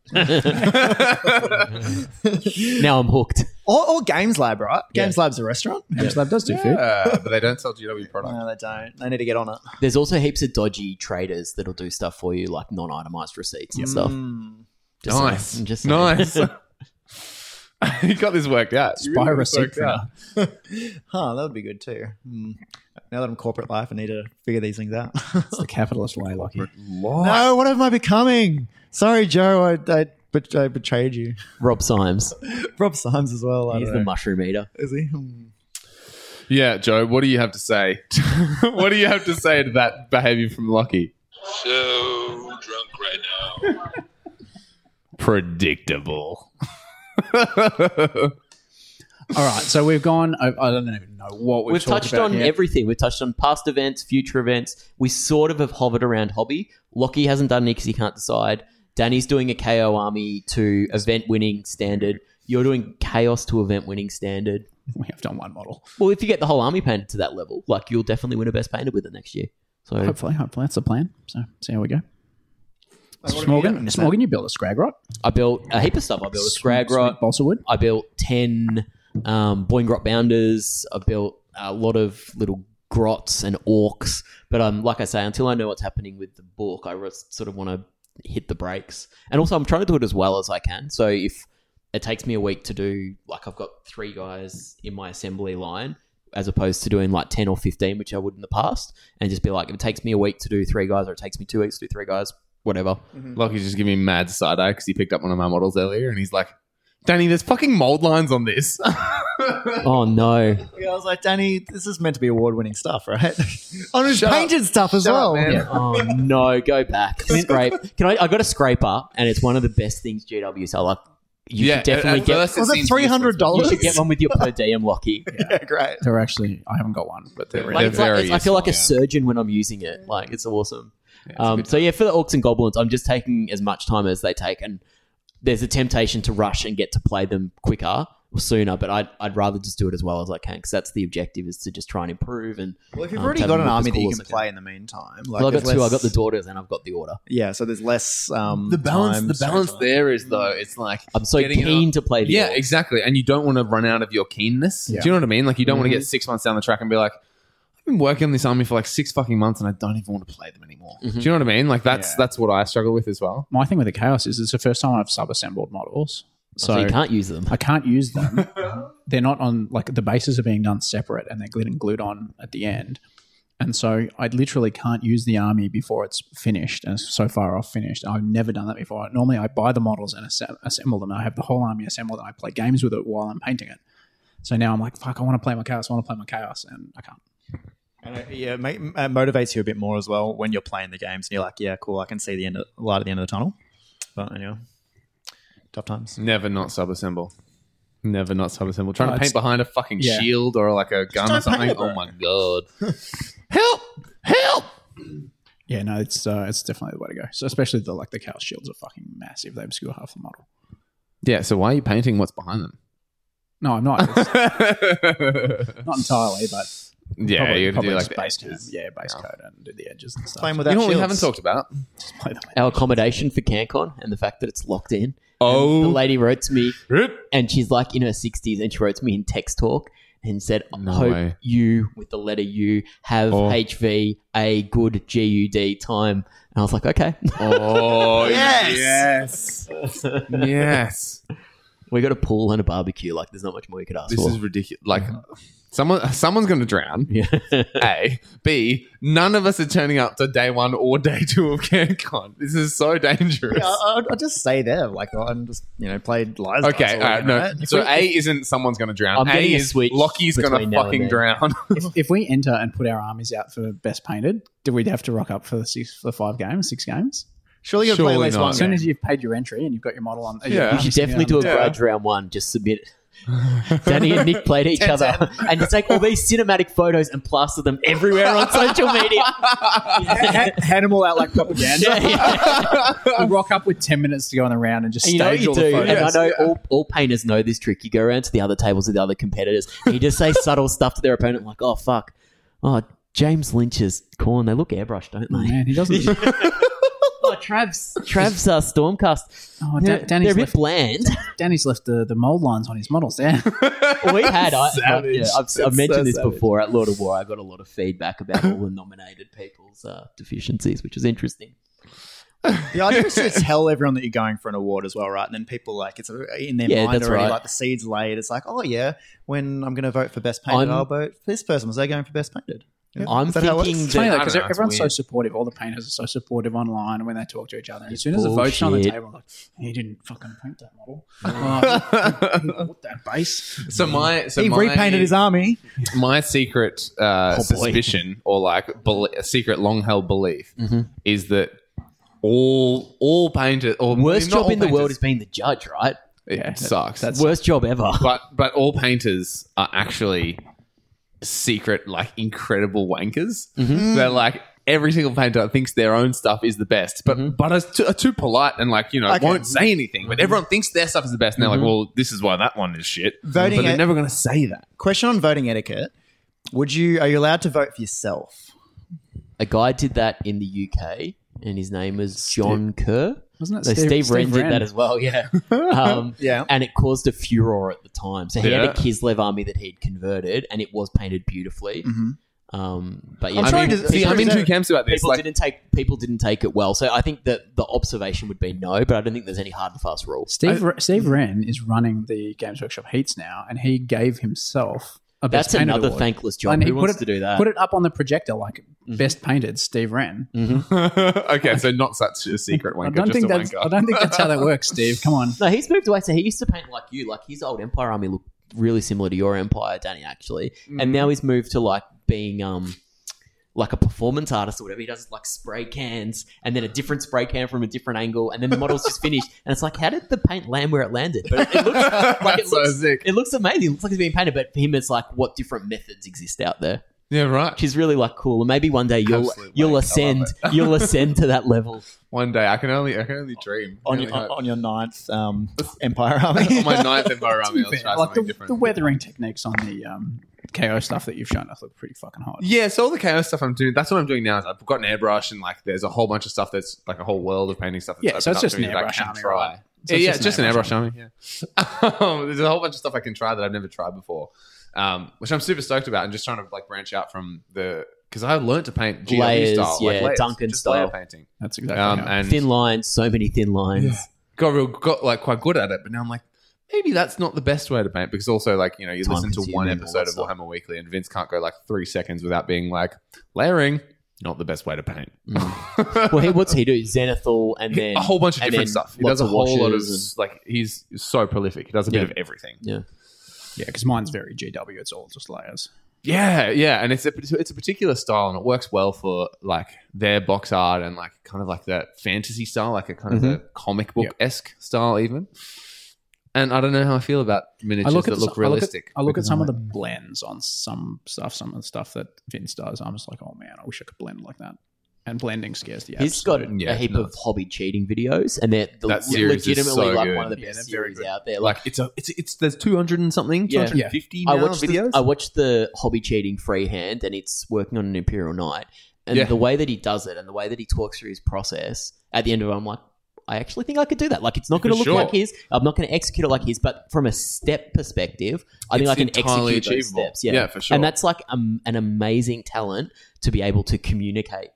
now I'm hooked.
or, or Games Lab, right? Games Lab's a restaurant.
Games Lab does do food.
yeah, but they don't sell GW product.
No, they don't. They need to get on it.
There's also heaps of dodgy traders that'll do stuff for you, like non-itemized receipts and stuff.
Mm.
Just saying.
nice,
I'm just saying.
nice. you got this worked out. You
Buy a
really
receipt
worked
printer.
out.
Huh, that would be good too. Mm. Now that I'm corporate life, I need to figure these things out.
It's the capitalist way, Lockie.
no, what am I becoming? Sorry, Joe, I, I, bet- I betrayed you.
Rob Symes,
Rob Symes as well. I
he's
don't
the
know.
mushroom eater.
Is he? Mm.
Yeah, Joe. What do you have to say? what do you have to say to that behavior from Lucky?
So drunk right now.
Predictable.
All right, so we've gone. I, I don't even know what we've,
We've,
talked
touched
about
on
yet.
everything. We've touched on past events, future events. We sort of have hovered around hobby. Lockie hasn't done any because he can't decide. Danny's doing a KO army to event winning standard. You're doing chaos to event winning standard.
We have done one model.
Well, if you get the whole army painted to that level, like you'll definitely win a best painted with it next year. So
Hopefully, hopefully that's the plan. So see how we go.
what have you
Smorgan,
done?
Smorgan, you built a scrag rot.
I built a heap of stuff. I built a scrag
Sweet
rot.
balsa wood.
I built 10 um, Boing Grot Bounders. I built a lot of little grots and orcs. But um, like I say, until I know what's happening with the book, I res- sort of want to hit the brakes. And also, I'm trying to do it as well as I can. So if it takes me a week to do, like, I've got three guys in my assembly line. As opposed to doing like 10 or 15, which I would in the past, and just be like, if it takes me a week to do three guys, or it takes me two weeks to do three guys, whatever.
Lucky's just giving me mad side eye because he picked up one of my models earlier and he's like, Danny, there's fucking mold lines on this.
oh no.
Yeah, I was like, Danny, this is meant to be award winning stuff, right? On his
Shut up.
painted stuff as well.
Oh no, go back. Scrape. Can I? I got a scraper, and it's one of the best things GW sell. Like, you should definitely
at
get.
first
Was it
seems
$300?
useless,
you should get one with your per diem locky.
Yeah, great.
They're actually. I haven't got one, but they're.
They're
Like,
they're
it's like-
very
it's- I feel like a
useful,
surgeon when I'm using it. Like, it's awesome.
but- Yeah, it's
Um,
good.
so yeah, for the orcs and goblins, I'm just taking as much time as they take, and there's a temptation to rush and get to play them quicker sooner, but I'd, I'd rather just do it as well as I can because that's the objective is to just try and improve. And
Well, if you've
um,
already
to
got
have
an
them look
army
as
that
cool
you
as
can
they do.
play in the meantime, like
Well, I've
there's
got two. I've
less-
got the daughters and I've got the order.
Yeah, so there's less. Um,
The balance,
time
the balance
sacrifice.
there is though. It's like
I'm so
Getting uh,
keen to play the
Mm. yeah,
order.
exactly. And you don't want to run out of your keenness. Do you know what I mean? Like you don't want to get six months down the track and be like, I've been working on this army for like six fucking months and I don't even want to play them anymore. Do you know what I mean? Like that's
Yeah.
that's what I struggle with as well.
My thing with the chaos is it's the first time I've sub-assembled models, so,
so you can't use them.
I can't use them. they're not on like the bases are being done separate, and they're glittered and glued on at the end. And so I literally can't use the army before it's finished and it's so far off finished. I've never done that before. Normally I buy the models and assem- assemble them. I have the whole army assembled and I play games with it while I'm painting it. So now I'm like, fuck, I want to play my chaos. I want to play my chaos, and I can't.
And it, yeah, it ma- it motivates you a bit more as well when you're playing the games and you're like, yeah, cool, I can see the end of, light at the end of the tunnel. But anyway, tough times.
Never not subassemble. Never not subassemble. Trying
Oh,
to
it's-
paint behind a fucking
yeah.
shield or like a gun or
don't paint
something.
it, bro.
Oh my god! help! Help!
Yeah, no, it's uh, it's definitely the way to go. So especially the like the chaos shields are fucking massive. They obscure half the model.
Yeah. So why are you painting what's behind them?
No, I'm not. It's not entirely, but
yeah,
probably,
you have to
probably
do like
just
the
base
edges.
code. Yeah, base code and do the edges and stuff.
Playing
You
without
know what we
shields.
haven't talked about?
Just play them.
Our accommodation for CanCon and the fact that it's locked in. The
Oh,
lady wrote to me
rip.
and she's like in her 60s and she wrote to me in text talk and said I
No
hope
way.
you with the letter U have
Oh.
HV a good GUD time and I was like okay
Oh,
Yes!
yes. Yes.
we got a pool and a barbecue like there's not much more you could ask
This
for
is ridiculous. Like, someone, someone's going to drown.
yeah.
A. B. None of us are turning up to day one or day two of CanCon. This is so dangerous.
Yeah,
uh,
I- I'll, I'll just stay there, like, and just, you know, play Liza.
Okay, all right, no. So A isn't someone's going to drown.
I'm
a
getting a
is
switch
Lockie's going
between
to
now and
fucking
then.
drown.
if, if we enter and put our armies out for best painted, do we have to rock up for the six for the five games, six games?
Surely you'll play at
Surely
least
not.
one
As soon
game.
as you've paid your entry and you've got your model on,
Yeah.
you should definitely do a
Yeah.
grudge round one just submit it Danny and Nick played each other and just take all these cinematic photos and plaster them everywhere on social media
Hannibal out like propaganda.
Yeah, yeah.
We rock up with ten minutes to go on the round and just
And you know what
stage
you
all the
do, and
photos.
I know all, all painters know this trick. You go around to the other tables of the other competitors, and you just say subtle stuff to their opponent, like, "Oh fuck, oh James Lynch's corn. They look airbrushed, don't
Oh,
they?"
man, he doesn't.
oh, Trav's Trav's uh, Stormcast.
Oh,
They're,
Dan-
they're
Danny's,
a bit
left,
bland.
Danny's left the, the mold lines on his models there.
we had. I, I,
Savage.
yeah, I've,
That's
I've mentioned
so
this
savage.
before at Lord of War. I got a lot of feedback about all the nominated people's uh, deficiencies, which was interesting.
Yeah, I just to tell everyone that you're going for an award as well, right? And then people like it's uh, in their
Yeah,
mind
that's
already,
right.
like the seeds laid. It's like, oh yeah, when I'm going to vote for best painted,
I'm-
I'll vote for this person. Was they going for best painted? Yeah.
I'm
Is that how it
thinking
works?
that-
Funny though,
I don't
because
know, it's
everyone's so
weird.
supportive. All the painters are so supportive online and when they talk to each other. And as soon as the vote's on the
Bullshit.
table, like, he didn't fucking paint that model. Oh, he, he, he bought that base.
so my, so
he
my,
repainted his army.
my secret
Oh,
uh, suspicion or like bel- a secret long held belief
Mm-hmm.
is that all all painters or
Worst
not
job
all
in the world is
painters,
being the judge, right?
it sucks.
Worst job ever.
but but all painters are actually secret like incredible wankers.
Mm-hmm.
They're
Mm.
like. Every single painter thinks their own stuff is the best, but
Mm-hmm.
but are too, are too polite and like you know
Okay.
won't say anything. But everyone thinks their stuff is the best, and they're
Mm-hmm.
like, "Well, this is why that one is shit."
Voting
but they're
at-
never going to say that.
Question on voting etiquette: Would you are you allowed to vote for yourself?
A guy did that in the UK, and his name was John Kerr.
Wasn't it
So Steve, Wren did
Wren?
that as well, yeah. Um,
Yeah.
And it caused a furor at the time. So he had
Yeah.
a Kislev army that he'd converted, and it was painted beautifully. Um, but yeah,
I'm
I
sorry
mean,
to-
see, I'm in two camps about this.
people
Like,
didn't take people didn't take it well. So I think that the observation would be no, but I don't think there's any hard and fast rules.
Steve, Steve Wren is running the Games Workshop heats now, and he gave himself a best
That's
painted
another
award.
thankless job.
And he
Who wants
it,
to do that? Mm-hmm.
Put it up on the projector like best painted Steve Wren.
okay, so not such a secret
I
wanker.
don't
just
think
a
that's
wanker.
I don't think that's how that works, Steve. Come on.
No, he's moved away. So he used to paint like you. Like his old Empire army looked really similar to your Empire, Danny, actually.
Mm.
And now he's moved to like being um like a performance artist or whatever. He does like spray cans and then a different spray can from a different angle, and then the model's just finished. And it's like, how did the paint land where it landed? But it, it looks like it
That's so
looks.
sick.
It looks amazing. It looks like it's being painted, but for him, it's like what different methods exist out there.
Yeah, right.
She's really like cool, and maybe one day you'll
Absolute
you'll
wank. I love
ascend you'll ascend to that level.
One day I can only I can only dream.
on,
Really
your, on,
hope.
on your ninth um, Empire Army.
on my ninth Empire Army,
To
I'll
be
try
fair, like
something
the,
different.
the weathering techniques on the um, KO stuff that you've shown us look pretty fucking hot.
Yeah, so all the chaos stuff I'm doing, that's what I'm doing now. Is I've got an airbrush and like there's a whole bunch of stuff that's like a whole world of painting stuff. That's
Yeah, so it's
opened up
just
to me
an
that I
airbrush
can
army,
try.
right? So
yeah,
it's
yeah,
just
just,
an
an airbrush army. Yeah, Um, there's a whole bunch of stuff I can try that I've never tried before, um, which I'm super stoked about, and just trying to like branch out from the because I learned to paint GW
Layers,
style,
yeah,
like layers,
Duncan
just layer
style.
painting,
That's exactly
um,
how.
and
Thin lines, so many thin lines.
got real got like quite good at it, but now I'm like, maybe that's not the best way to paint because also like you know you
Time
listen to
consuming,
one
all
episode
that
of
stuff.
Warhammer Weekly and Vince can't go like three seconds without being like layering, not the best way to paint.
Mm. Well, he, what's he do? Zenithal, and then
a whole bunch of
and
different
then
stuff. He
lots
does a
of
whole lot of
washes
like he's so prolific. He does a
Yeah.
bit of everything.
yeah.
yeah, because mine's very GW. It's all just layers.
Yeah, yeah, and it's a it's a particular style, and it works well for like their box art and like kind of like that fantasy style, like a kind of a comic book esque style, even. And I don't know how I feel about miniatures that
the-
look realistic.
I look at, I look at
because
some
I'm
of the
like,
blends on some stuff, some of the stuff that Vince does. I'm just like, oh man, I wish I could blend like that. And blending scares the
He's
absolute-
got
Yeah,
a heap
no.
of hobby cheating videos, and they're the,
That series is
legitimately
so
like
good.
one of the
Yeah,
best
they're very
series
good.
out there. Like,
like it's a it's it's there's two hundred and something, two
Yeah.
hundred and fifty
I
now
watched
videos.
The, I watched the hobby cheating freehand, and it's working on an Imperial Knight. And
Yeah.
the way that he does it, and the way that he talks through his process, at the end of it, I'm like, I actually think I could do that. Like, it's not going to
For
look
sure.
like his. I'm not going to execute it like his. But from a step perspective, I
It's
think I can
entirely
execute those
achievable.
steps. Yeah,
Yeah, for sure.
And that's like um, an amazing talent to be able to communicate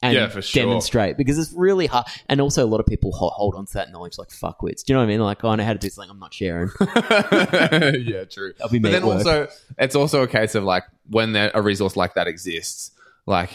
and
Yeah, for sure.
demonstrate because it's really hard. And also, a lot of people ho- hold on to that knowledge like fuckwits. Do you know what I mean? Like, oh, I know how to do something. I'm not sharing.
yeah, true.
I'll be
but
made
then
work.
also, it's also a case of like when there, a resource like that exists, like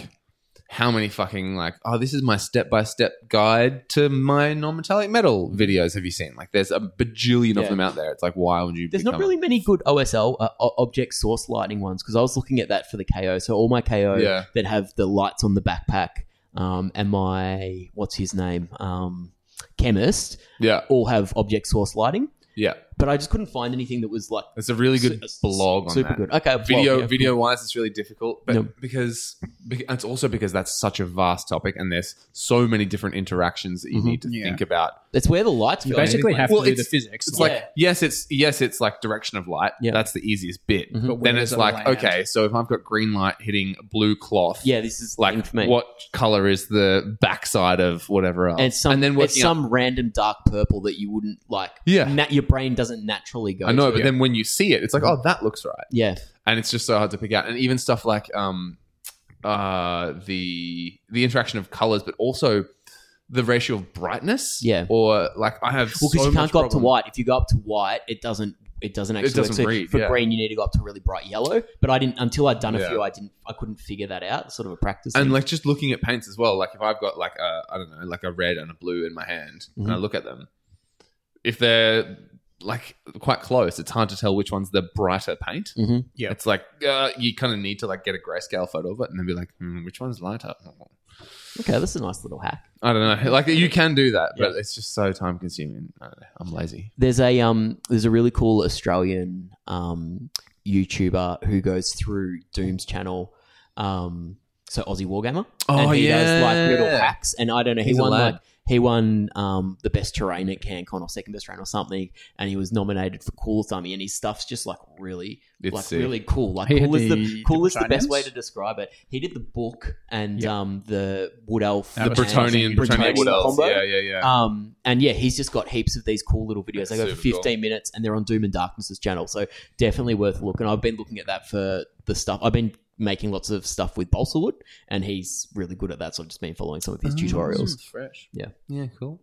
how many fucking like oh, this is my step by step guide to my non metallic metal videos. Have you seen? Like, there's a bajillion
Yeah.
of them out there. It's like, why would you?
There's not
become a-
really many good OSL uh, o- object source lighting ones because I was looking at that for the KO. So all my KO
Yeah.
that have the lights on the backpack um, and my what's his name um, chemist
Yeah,
all have object source lighting,
yeah.
but I just couldn't find anything that was like
It's a really good
su-
blog on
super
that.
good. Okay, well,
video
yeah.
video wise it's really difficult but
No.
because bec- it's also because that's such a vast topic and there's so many different interactions that you
Mm-hmm.
need to
Yeah.
think about
It's where the lights
You
go.
basically have
Well,
to do the
it's-
physics.
it's
like-
like yes it's yes it's like direction of light
Yeah.
that's the easiest bit
Mhm.
but
where
then
does
it's
it
like
land?
okay so if i've got green light hitting blue cloth
yeah, this is like
like
for me.
what color is the backside of whatever else
And it's some,
and then
it's
working out-
some random dark purple that you wouldn't like.
Yeah.
na- your brain doesn't naturally go.
i know
to.
but then when you see it it's
Mm-hmm.
like oh that looks right
yeah,
and it's just so hard to pick out. And even stuff like um, uh, the the interaction of colors, but also the ratio of brightness.
Yeah.
Or like I have
Well, because
so
you can't
much
go up to
problem-
white. If you go up to white, it doesn't. It doesn't actually. work.
doesn't
So
read,
for
yeah.
green, you need to go up to really bright yellow. But I didn't until I'd done a
Yeah.
few. I didn't. I couldn't figure that out. Sort of a practice.
And
thing.
like just looking at paints as well. Like if I've got like a I don't know like a red and a blue in my hand, and
Mm-hmm.
I look at them, if they're like quite close, it's hard to tell which one's the brighter paint.
Mhm.
Yeah, it's like uh, you kind of need to like get a grayscale photo of it, and then be like, hmm, which one's lighter?
okay, that's a nice little hack.
I don't know. Like you can do that, but it's just so time consuming. I don't know. I'm lazy.
There's a um. There's a really cool Australian um YouTuber who goes through Doom's channel. Um. So Aussie Wargamer.
Oh,
and he does
yeah.
like little hacks, and I don't know. He
He's a
won
lad.
like he won um the best terrain at CanCon or second best terrain or something, and he was nominated for coolest dummy, and his stuff's just like really
It's
like
sick.
really cool. Like
He had
cool is the,
the-
cool
the
is the best
Bretonians?
way to describe it. He did the book and um the wood elf,
That
the
was
Bretonian,
awesome.
Bretonian
Bretonian
what else?
combo.
Yeah, yeah, yeah.
Um, and yeah, he's just got heaps of these cool little videos. They go for
Super cool.
15 minutes and they're on Doom and Darkness's channel. So definitely worth a look. And I've been looking at that for the stuff. I've been making lots of stuff with balsa wood and he's really good at that. So I've just been following some of his tutorials.
fresh.
Yeah.
Yeah, cool.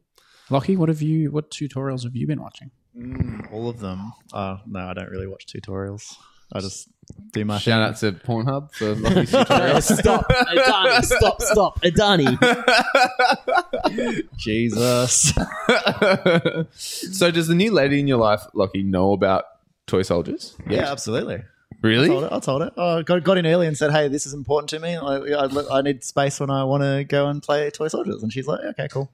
Lockie, what have you? What tutorials have you been watching?
Mm, all of them. Uh, no, I don't really watch tutorials. I just do
Uh,
my
Shout
thing.
out to Pornhub for Lucky's tutorials.
stop, Adani, stop, stop, Adani.
Jesus.
so, does the new lady in your life, Lockie, know about toy soldiers?
yeah, absolutely. I told
Really?
it. I told it. Oh, I got, got in early and said, "Hey, this is important to me. I, I, I need space when I want to go and play toy soldiers." And she's like, "Okay, cool.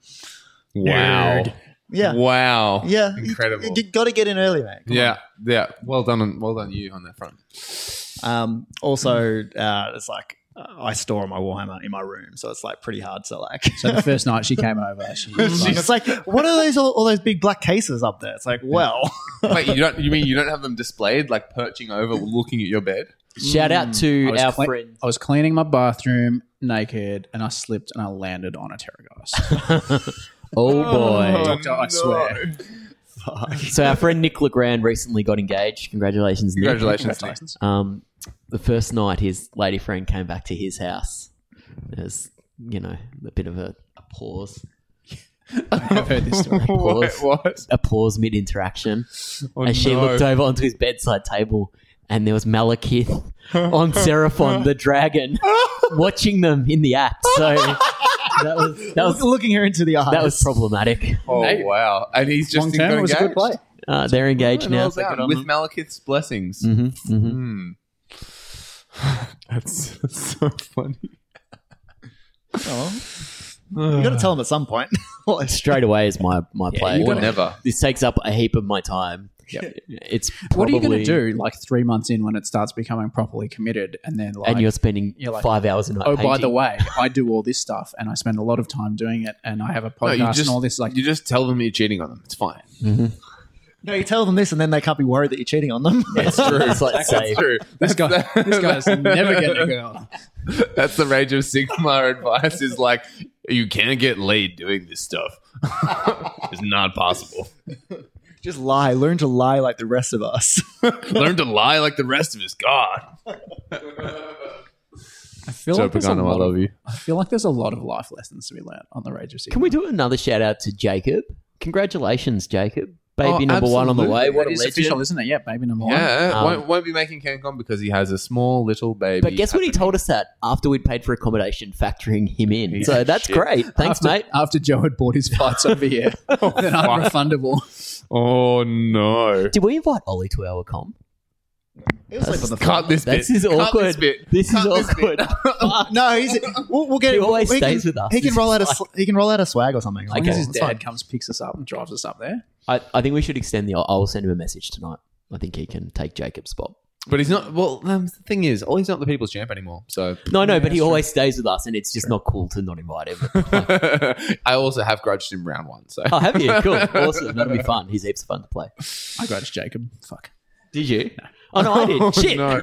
Wow.
Yeah,
Wow.
yeah,
Incredible.
You, you got to get in early, mate. Come on.
yeah, yeah. Well done, on, well done, you on that front.
Um, also, uh, it's like uh, I store my Warhammer in my room, so it's like pretty hard to like.
So the first night she came over, she was like,
it's like, what are those all, all those big black cases up there? It's like, well,
Wait, you don't? You mean you don't have them displayed, like perching over, looking at your bed?
Shout out to
I was
our
clean-
friend.
I was cleaning my bathroom naked and I slipped and I landed on a pterogeist.
Oh boy!
Doctor, I swear.
So our friend Nick Legrand recently got engaged. Congratulations, Nick.
Congratulations, Nick.
Congratulations.
Um, the first night his lady friend came back to his house. There's you know a bit of a, a pause,
I've heard this story.
Wait,
pause,
what?
a pause mid interaction.
Oh,
and she
no.
looked over onto his bedside table, and there was Malekith on Seraphon the dragon, watching them in the act. So that was that was
looking her into the eyes.
that was problematic.
Oh wow! And he's just
Long term, it was a good play.
Uh, they're engaged now.
with Malekith's blessings.
Mhm, mhm.
Mm.
That's, that's so funny.
Oh. You got to tell them at some point.
Straight away is my my play.
Or never.
This takes up a heap of my time. It's
What are you going
probably-
to do like three months in when it starts becoming properly committed and then like,
and you're spending
You're like,
five hours a night.
oh, by the
painting.
way, I do all this stuff and I spend a lot of time doing it and I have a
No,
podcast
you
and
just
all this. Like,
you just tell them you're cheating on them. It's fine.
no, you tell them this, and then they can't be worried that you're cheating on them.
it's like save.
True.
this, guy, this guy's never getting a girl.
That's the Rage of Sigma advice. Is like you can't get laid doing this stuff. it's not possible.
Just lie. Learn to lie like the rest of us.
Learn to lie like the rest of us. God.
I feel,
Joe
like there's a
Pagano, I
lot
love
of,
you.
I feel like there's a lot of life lessons to be learned on the Rage of Sigma.
Can we do another shout out to Jacob? Congratulations, Jacob. Baby
Oh,
number one on the way.
absolutely.
What a
It is
legend.
official, isn't it? Yeah, baby number one.
Yeah,
Um,
won't, won't be making CanCon because he has a small little baby.
But guess what? He told us that after we'd paid for accommodation, factoring him in. so that's great. Thanks,
after,
mate.
After Joe had bought his flights over here, then unrefundable.
Oh no!
Did we invite Ollie to our com?
He'll sleep on the floor.
Cut this bit.
This is
Cut
awkward.
This bit.
This
Cut
is awkward.
bit.
No, he's, we'll, we'll get
He
it.
always
he
stays
can,
with us.
He can
This
roll
is
out a
fine.
sl- he can roll out a swag or something.
Okay.
His
it's
dad
fine.
comes, picks us up, and drives us up there.
I, I think we should extend the. I'll send him a message tonight. I think he can take Jacob's spot.
But he's not. Well, um, the thing is, Ollie's not the people's champ anymore. So
No, no, but he always stays with us, and it's just not cool to not invite him.
I also have grudged him round one. So
oh, have you? Cool, awesome. That'll be fun. He's heaps of fun to play.
I grudge Jacob. Fuck.
Did you? Oh no, I did. Shit,
no.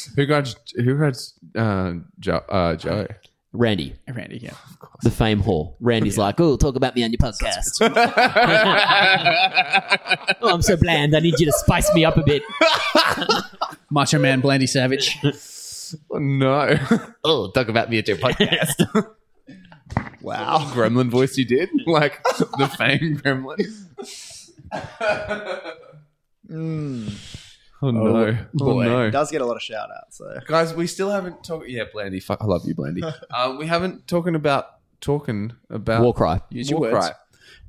who grudged? Who grudged? Uh, Joe. Uh, Joe.
Randy,
Randy, yeah.
the fame whore. Randy's like, oh, talk about me on your podcast. oh, I'm so bland. I need you to spice me up a bit.
Macho Man Blandy Savage.
Oh, no. oh, talk about me at your podcast.
Wow.
gremlin voice you did, like the Fang Gremlin. Oh no,
boy.
oh
It
no.
does get a lot of shout outs. So.
Guys, we still haven't talked. Yeah, Blandy, fuck, I love you, Blandy. uh, we haven't talking about talking about
War cry.
Use
your words.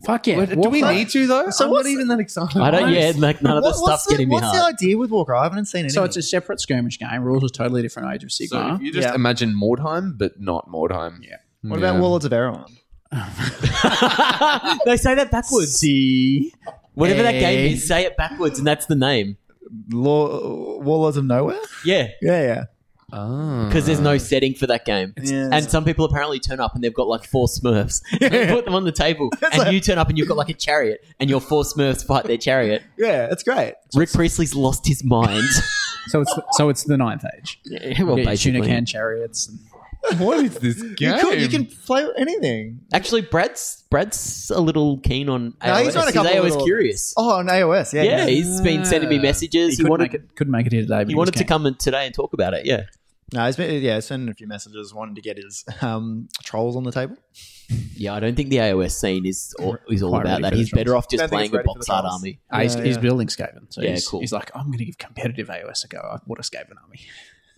Fuck yeah.
Wait, Do we need to though? So I'm not
what's-
even that excited.
I don't. Yeah, like none of the
What-
stuff's
what's the,
getting me
what's the
hard.
idea with Walker? I haven't seen it.
So it's a separate skirmish game. Rules are totally different. Age of
So
Sigma.
if you just
Yeah.
imagine Mordheim, but not Mordheim.
Yeah.
what about Warlords of Erewhon?
they say that backwards.
See,
Whatever that game is, say it backwards, and that's the name.
Law, Warlords of Nowhere.
Yeah,
Yeah, yeah.
Oh.
because there's no setting for that game.
Yeah.
And some people apparently turn up and they've got like four Smurfs. And they put them on the table, and you turn up and you've got like a chariot, and your four Smurfs fight their chariot.
Yeah, it's great.
Rick Priestley's lost his mind.
So it's so it's the ninth age.
yeah, well,
You get your tuna
basically.
can chariots. And
What is this game?
You, could, you can play anything.
Actually, Brad's Brad's a little keen on.
No,
AOS.
he's on a couple
AOS
little-
curious.
Oh, on AOS, yeah.
yeah, he's been sending me messages. He,
couldn't,
wanted
make it, couldn't make it here today. But
he wanted
was
to
keen.
come in today and talk about it. Yeah,
No, he's been yeah sending a few messages, wanting to get his um, trolls on the table.
yeah. I don't think the AOS scene is all, is all
Quite ready
about that.
for the
He's better
trolls.
off just
Don't think
playing
it's
a
ready for
box
the
art
trolls.
army.
Ah, he's,
Yeah,
he's
yeah.
building Skaven. So
Yeah,
he's,
cool.
he's like, I'm going to give competitive AOS a go. I bought a Skaven army.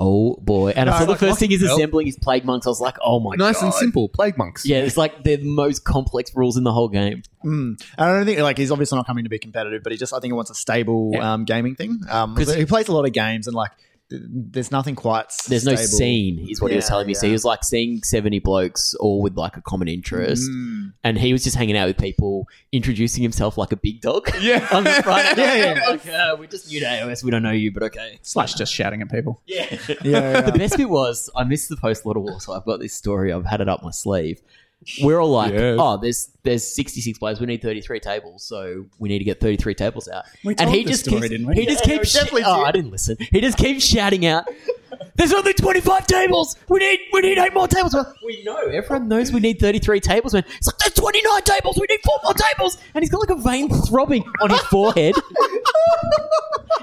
Oh boy! And I
No,
saw the
like,
first thing he's
hell.
assembling his plague monks. I was like, oh my
Nice
god!
and simple, plague monks.
Yeah, it's like they're the most complex rules in the whole game.
Mm. And I don't think like he's obviously not coming to be competitive, but he just I think he wants a stable um, gaming thing. Um,
'Cause-
he plays a lot of games and like th- there's nothing quite. s-
There's no
stable.
scene, is what he was
Yeah,
telling me. So he
yeah.
was like seeing 70 blokes all with like a common interest.
Mm.
And he was just hanging out with people, introducing himself like a big dog
Yeah.
on the front.
Yeah, yeah.
Like, uh, we're just new to AOS. We don't know you, but okay.
Slash just shouting at people.
Yeah.
Yeah, yeah.
The best bit was I missed the post Lord of War, so I've got this story. I've had it up my sleeve. We're all like,
Yes.
oh, there's there's 66 players. We need 33 tables, so we need to get 33 tables out.
We
and he
told this
just
story,
keeps,
didn't we?
he just
Yeah,
keeps
we definitely
sh- oh,
did.
I didn't listen. He just keeps shouting out. There's only 25 tables. We need we need eight more tables. We're like, We know everyone knows we need 33 tables. Man, it's like there's 29 tables. We need four more tables. And he's got like a vein throbbing on his forehead.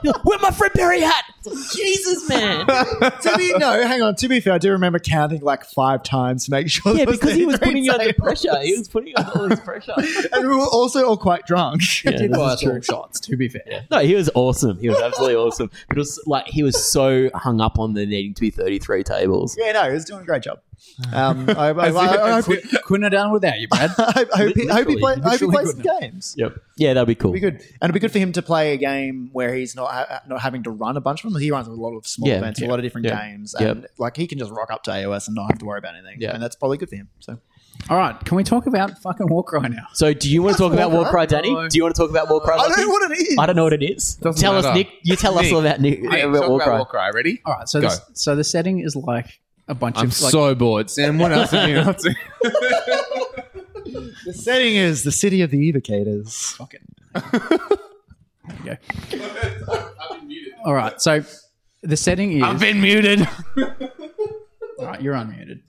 He's like, Where my Fred Perry hat? It's like, Jesus, man.
to be no, hang on. To be fair, I do remember counting like five times to make sure.
Yeah,
there
because he was
33
putting you under
tables.
pressure. He was putting you under all this pressure.
and we were also all quite drunk.
shots, to be fair.
No, he was awesome. He was absolutely awesome. But it was like he was so hung up on the needing to be 33 tables.
Yeah, no, he was doing a great job. Um, I, I, I, I hope,
Quit-
Couldn't have done it without you, Brad.
I hope, he- I hope he
Literally,
play, I hope he
literally
plays some
couldn't.
games.
Yep. Yeah, that'd be cool.
It'd be good, and it'd be good for him to play a game where he's not ha- not having to run a bunch of them. He runs a lot of small
Yeah,
events,
yeah,
a lot of different
yeah,
games,
yeah.
and like he can just rock up to AOS and not have to worry about anything.
Yeah.
and that's probably good for him. So
All right, can we talk about fucking Warcry now?
So, do you want to talk about
Warcry?
Warcry, Danny? Do you want to talk about Warcry?
I don't
Lachlan?
know what it is.
I don't know what it is.
Doesn't
tell us,
matter.
Nick. You tell us
Nick.
all about Nick
Hey,
about
talk
Warcry.
about Warcry. Ready?
All right, so
Go.
the, so the setting is like a bunch
I'm
of like,
so bored, Sam. What else have you up to?
The setting is the city of the evocators.
Fuck it. there you go. All right. So the setting is. I've been muted. All right, you're unmuted.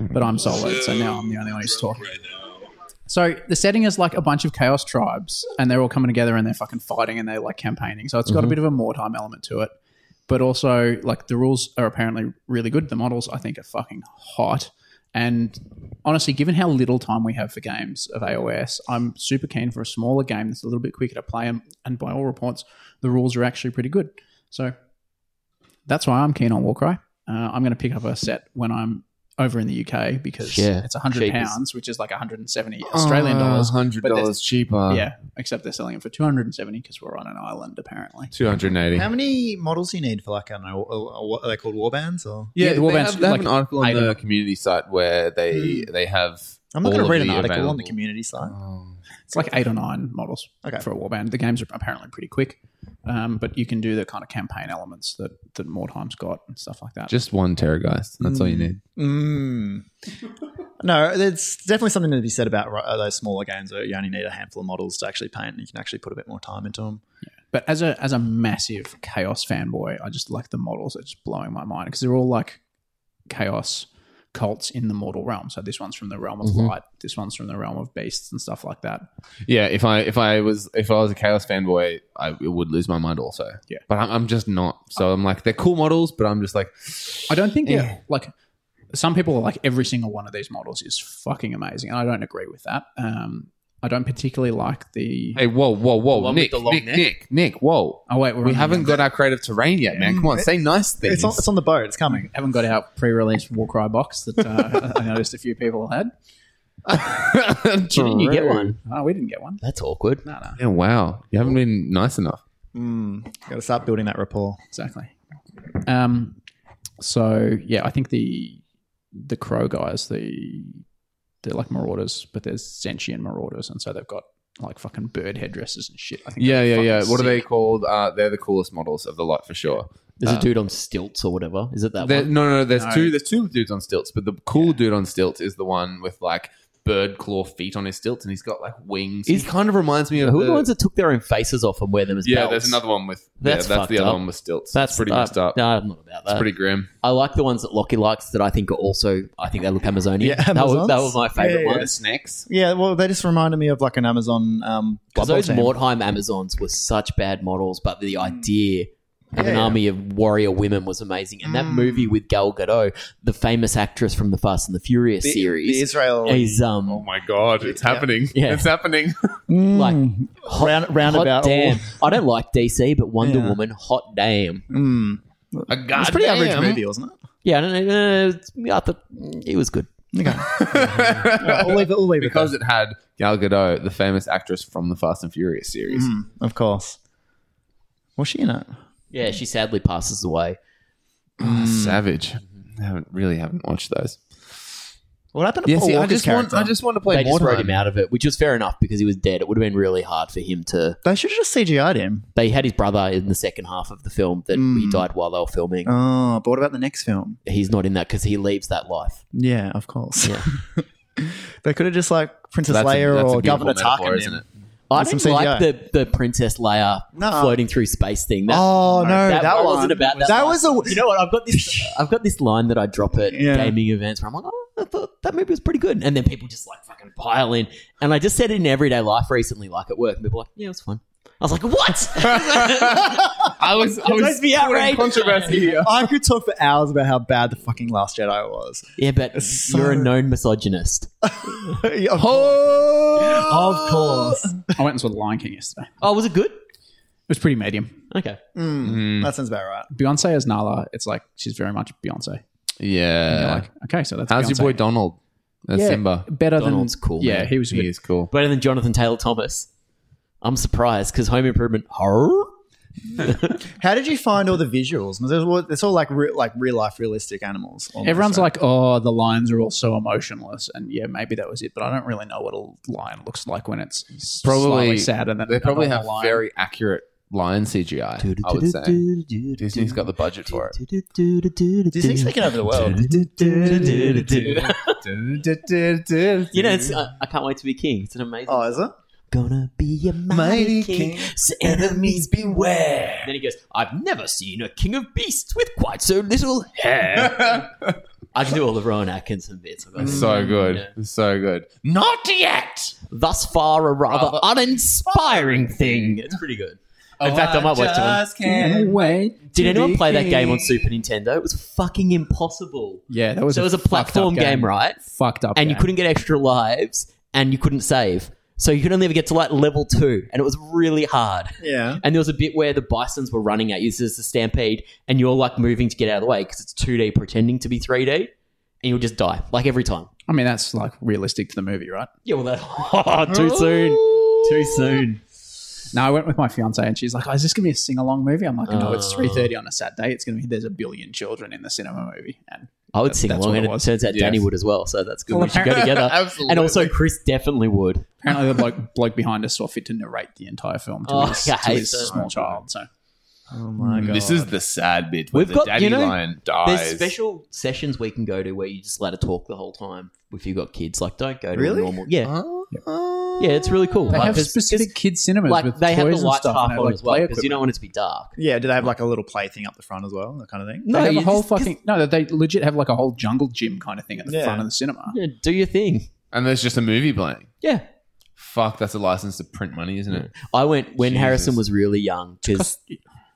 But I'm soloed, so now I'm the only one who's talking. So the setting is like a bunch of chaos tribes, and they're all coming together and they're fucking fighting and they're like campaigning. So it's got a bit of a Mordheim element to it, but also like the rules are apparently really good. The models I think are fucking hot, and honestly, given how little time we have for games of AOS, I'm super keen for a smaller game that's a little bit quicker to play. And, and by all reports, the rules are actually pretty good. So that's why I'm keen on Warcry. Uh, I'm going to pick up a set when I'm over in the UK because
Yeah,
it's 100
cheapers.
pounds, which is like 170 Australian dollars.
Ah, hundred
but
dollars cheaper.
they're- Yeah, except they're selling it for 270 because we're on an island apparently.
two hundred and eighty.
How many models do you need for like I don't know? uh, uh, What are they called? Warbands or?
Yeah, the
they
Warbands,
have, they have
like,
an article on
item.
the community site where they they have.
I'm not going
all
to read
of
an
the
article on
available-
the community site.
Oh,
It's like eight or nine models
Okay.
for a warband. The games are apparently pretty quick, um, but you can do the kind of campaign elements that that Mordheim's got and stuff like that.
Just one terrorgeist. That's all you need.
Mm. no, there's definitely something to be said about uh, those smaller games where you only need a handful of models to actually paint, and you can actually put a bit more time into them.
but as a as a massive chaos fanboy, I just like the models are just blowing my mind because they're all like chaos cults in the mortal realm. So this one's from the realm of light, this one's from the realm of beasts and stuff like that.
Yeah, if I if I was if I was a chaos fanboy, I would lose my mind also.
Yeah.
but I'm, I'm just not. So I'm like they're cool models, but I'm just like
I don't think they're like some people are like every single one of these models is fucking amazing, and I don't agree with that. Um, I don't particularly like the.
Hey, whoa, whoa, whoa,
one
Nick,
with the long
Nick,
neck?
Nick, Nick, whoa.
Oh wait, we're
We
on the-
haven't got our creative terrain yet, man. Come on, say nice things.
It's on, it's on the boat. It's coming.
haven't got our pre-release Warcry box that uh, I noticed a few people had.
Didn't you get one?
Oh, we didn't get one.
That's awkward.
No, no,
Yeah, wow. You haven't been nice enough.
Mm. Got to start building that rapport.
exactly. Um, so yeah, I think the the crow guys, the they're like marauders, but there's sentient marauders, and so they've got like fucking bird headdresses and shit. I think
Yeah,
they're
yeah,
fucking
yeah. What are
sick.
they called? Uh, they're the coolest models of the lot for sure.
There's a dude on stilts or whatever. Is it that
Uh, There-
one?
no, no, no. There's
No.
two. There's two dudes on stilts, but the cool dude on stilts is the one with like bird claw feet on his stilts, and he's got like wings.
Is-
he kind of reminds me of
Who are
the-
the ones that took their own faces off and wear them as
uh, Yeah,
belts?
there's another one with.
That's
yeah, that's
fucked
the other
up.
one with stilts.
That's
That's pretty
uh,
messed up.
No, I'm not about that.
It's pretty grim.
I like the ones that Lockie likes that I think are also I think they look Amazonian.
Yeah,
that, was,
Amazons.
that was my favorite
Yeah, yeah,
one.
yeah.
snakes.
Yeah, well, they just reminded me of like an Amazon. Um,
Because
Blood Bowl
those
team.
Mordheim Amazons were such bad models, but the idea of
Mm. Yeah, Mm.
an
yeah.
army of warrior women was amazing. And that movie with Gal Gadot, the famous actress from the Fast and the Furious
the, the
series,
Israel
is um
Oh my god, it's happening.
Yeah.
It's happening.
Oh.
like
Mm.
hot,
round,
hot
roundabout.
damn. I don't like DC, but Wonder
Yeah.
Woman, hot damn.
Mm.
A
It was a pretty average movie, wasn't it?
Yeah, I don't know. uh, I thought mm, it was good.
Alright, I'll leave it. I'll leave it.
because it had Gal Gadot, Mm-hmm. the famous actress from the Fast and Furious series.
there. Mm, of course. Was she in it?
Yeah, she sadly passes away.
Savage. Mm-hmm. I haven't really haven't watched those. Oh,
What happened to
Yeah,
Paul
see, I
Walker's
just want
character?
I just want to play
They
more
just wrote
time.
him out of it, which was fair enough because he was dead. It would have been really hard for him to.
they should have just CGI'd him.
They had his brother in the second half of the film that he died while they were filming.
Mm. Oh, but what about the next film?
He's not in that because he leaves that life.
Yeah, of course.
Yeah.
they could have just like Princess
That's a-
Leia
that's a beautiful
or Governor
metaphor,
Tarkin.
isn't
him.
it?
I
With
didn't
some
like
CGI.
the, the Princess Leia
No.
floating through space thing. That,
Oh no, that,
that
one
wasn't about that.
That
line.
was a
You know what? I've got this. I've got this line that I drop at
Yeah.
gaming events where I'm like, oh, I thought that movie was pretty good, and then people just like fucking pile in. And I just said it in everyday life recently, like at work, and people were like, yeah, it was fun. I was like, what? I was. I was be outraged.
Controversy here.
I could talk for hours about how bad the fucking Last Jedi was.
Yeah, but
So-
you're a known misogynist.
of course. Of course.
I went and saw The Lion King yesterday. It
Oh, was it good?
was pretty medium.
Okay.
That sounds about right.
Beyonce as Nala, it's like she's very much Beyonce. You're
Yeah.
like, okay, so that's
How's
Beyonce.
your boy Donald? That's
Yeah,
Simba.
Better
Donald's
than
cool,
Yeah,
man.
he was.
He
good.
is cool.
Better than Jonathan Taylor Thomas. I'm surprised because Home Improvement. Horror?
How did you find all the visuals? It's all, it's all like re- like real life, realistic animals. almost,
Everyone's
right?
like, oh, the lions are all so emotionless, and yeah, maybe that was it. But I don't really know what a lion looks like when it's s-
Probably
slightly sad, and then
They probably
another
have
lion.
very accurate lion CGI. I would say Disney's got the budget for it.
Disney's taking over the world.
You know, it's, uh, I, I can't wait to be king. It's an amazing.
oh, is it?
Gonna be a mighty, king, so enemies beware. Then he goes, I've never seen a king of beasts with quite so little hair. I can do all the Rowan Atkinson bits. I've got it.
So good. So good. Not yet.
Thus far, a rather uninspiring thing. Uh, It's pretty good. In fact, I might watch it. on-
Can't wait.
Did
to
anyone
be
play that game on
king.
Super Nintendo? It was fucking impossible.
Yeah, that was.
So it was a
fucked up
platform game, right?
Fucked up,
and you
game.
couldn't get extra lives and you couldn't save. So you could only ever get to like level two, and it was really hard.
Yeah.
And there was a bit where the bisons were running at you. So there's a stampede, and you're like moving to get out of the way because it's 2D pretending to be 3D, and you'll just die like every time.
I mean, that's like realistic to the movie, right?
Yeah, well, that too soon, too soon.
No, I went with my fiance, and she's like, "Oh, is this gonna be a sing along movie?" I'm like, "No, it's
Oh.
3:30 on a Saturday. It's gonna be there's a billion children in the cinema movie." And
I would sing
That's
along,
what
and
it
it
was.
turns out
Yes.
Danny would as well. So that's good.
Well,
we should go together.
Absolutely.
And also, Chris definitely would.
apparently, the bloke, bloke behind us saw fit to narrate the entire film to
Oh,
his,
I
to
hate
his
that.
small child. So
Oh my god.
Mm. This is the sad bit. Where
We've
We've
got-
got daddy
you know,
lion
There's
dies.
special sessions we can go to where you just let her talk the whole time if you've got kids. Like, don't go to
Really?
a normal. Yeah.
Uh,
Yeah, it's really cool.
Oh. they
Like,
have
there's-
specific kids cinemas
like
with
they have the
toys and
lights
stuff,
half
and
on
they have, like,
as well
play
because you don't want it to be dark.
yeah. Do they have like a little play thing up the front as well? That kind of thing.
No, they have
you
a whole
just-
fucking no. They legit have like a whole jungle gym kind of thing at the
Yeah.
front of the cinema.
Yeah, do your thing.
And there's just a movie playing.
Yeah,
Fuck, that's a license to print money, isn't it?
I went when
Jesus.
Harrison was really young because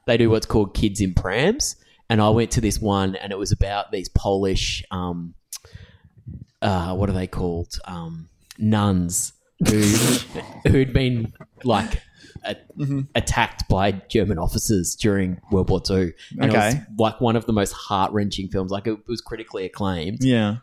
they do what's called kids in prams, and I went to this one and it was about these Polish, um, uh, what are they called? Um, nuns who who'd been like. A,
Mm-hmm.
Attacked by German officers during World War Two, and it
Okay.
was like one of the most heart wrenching films. Like it was critically acclaimed,
Yeah.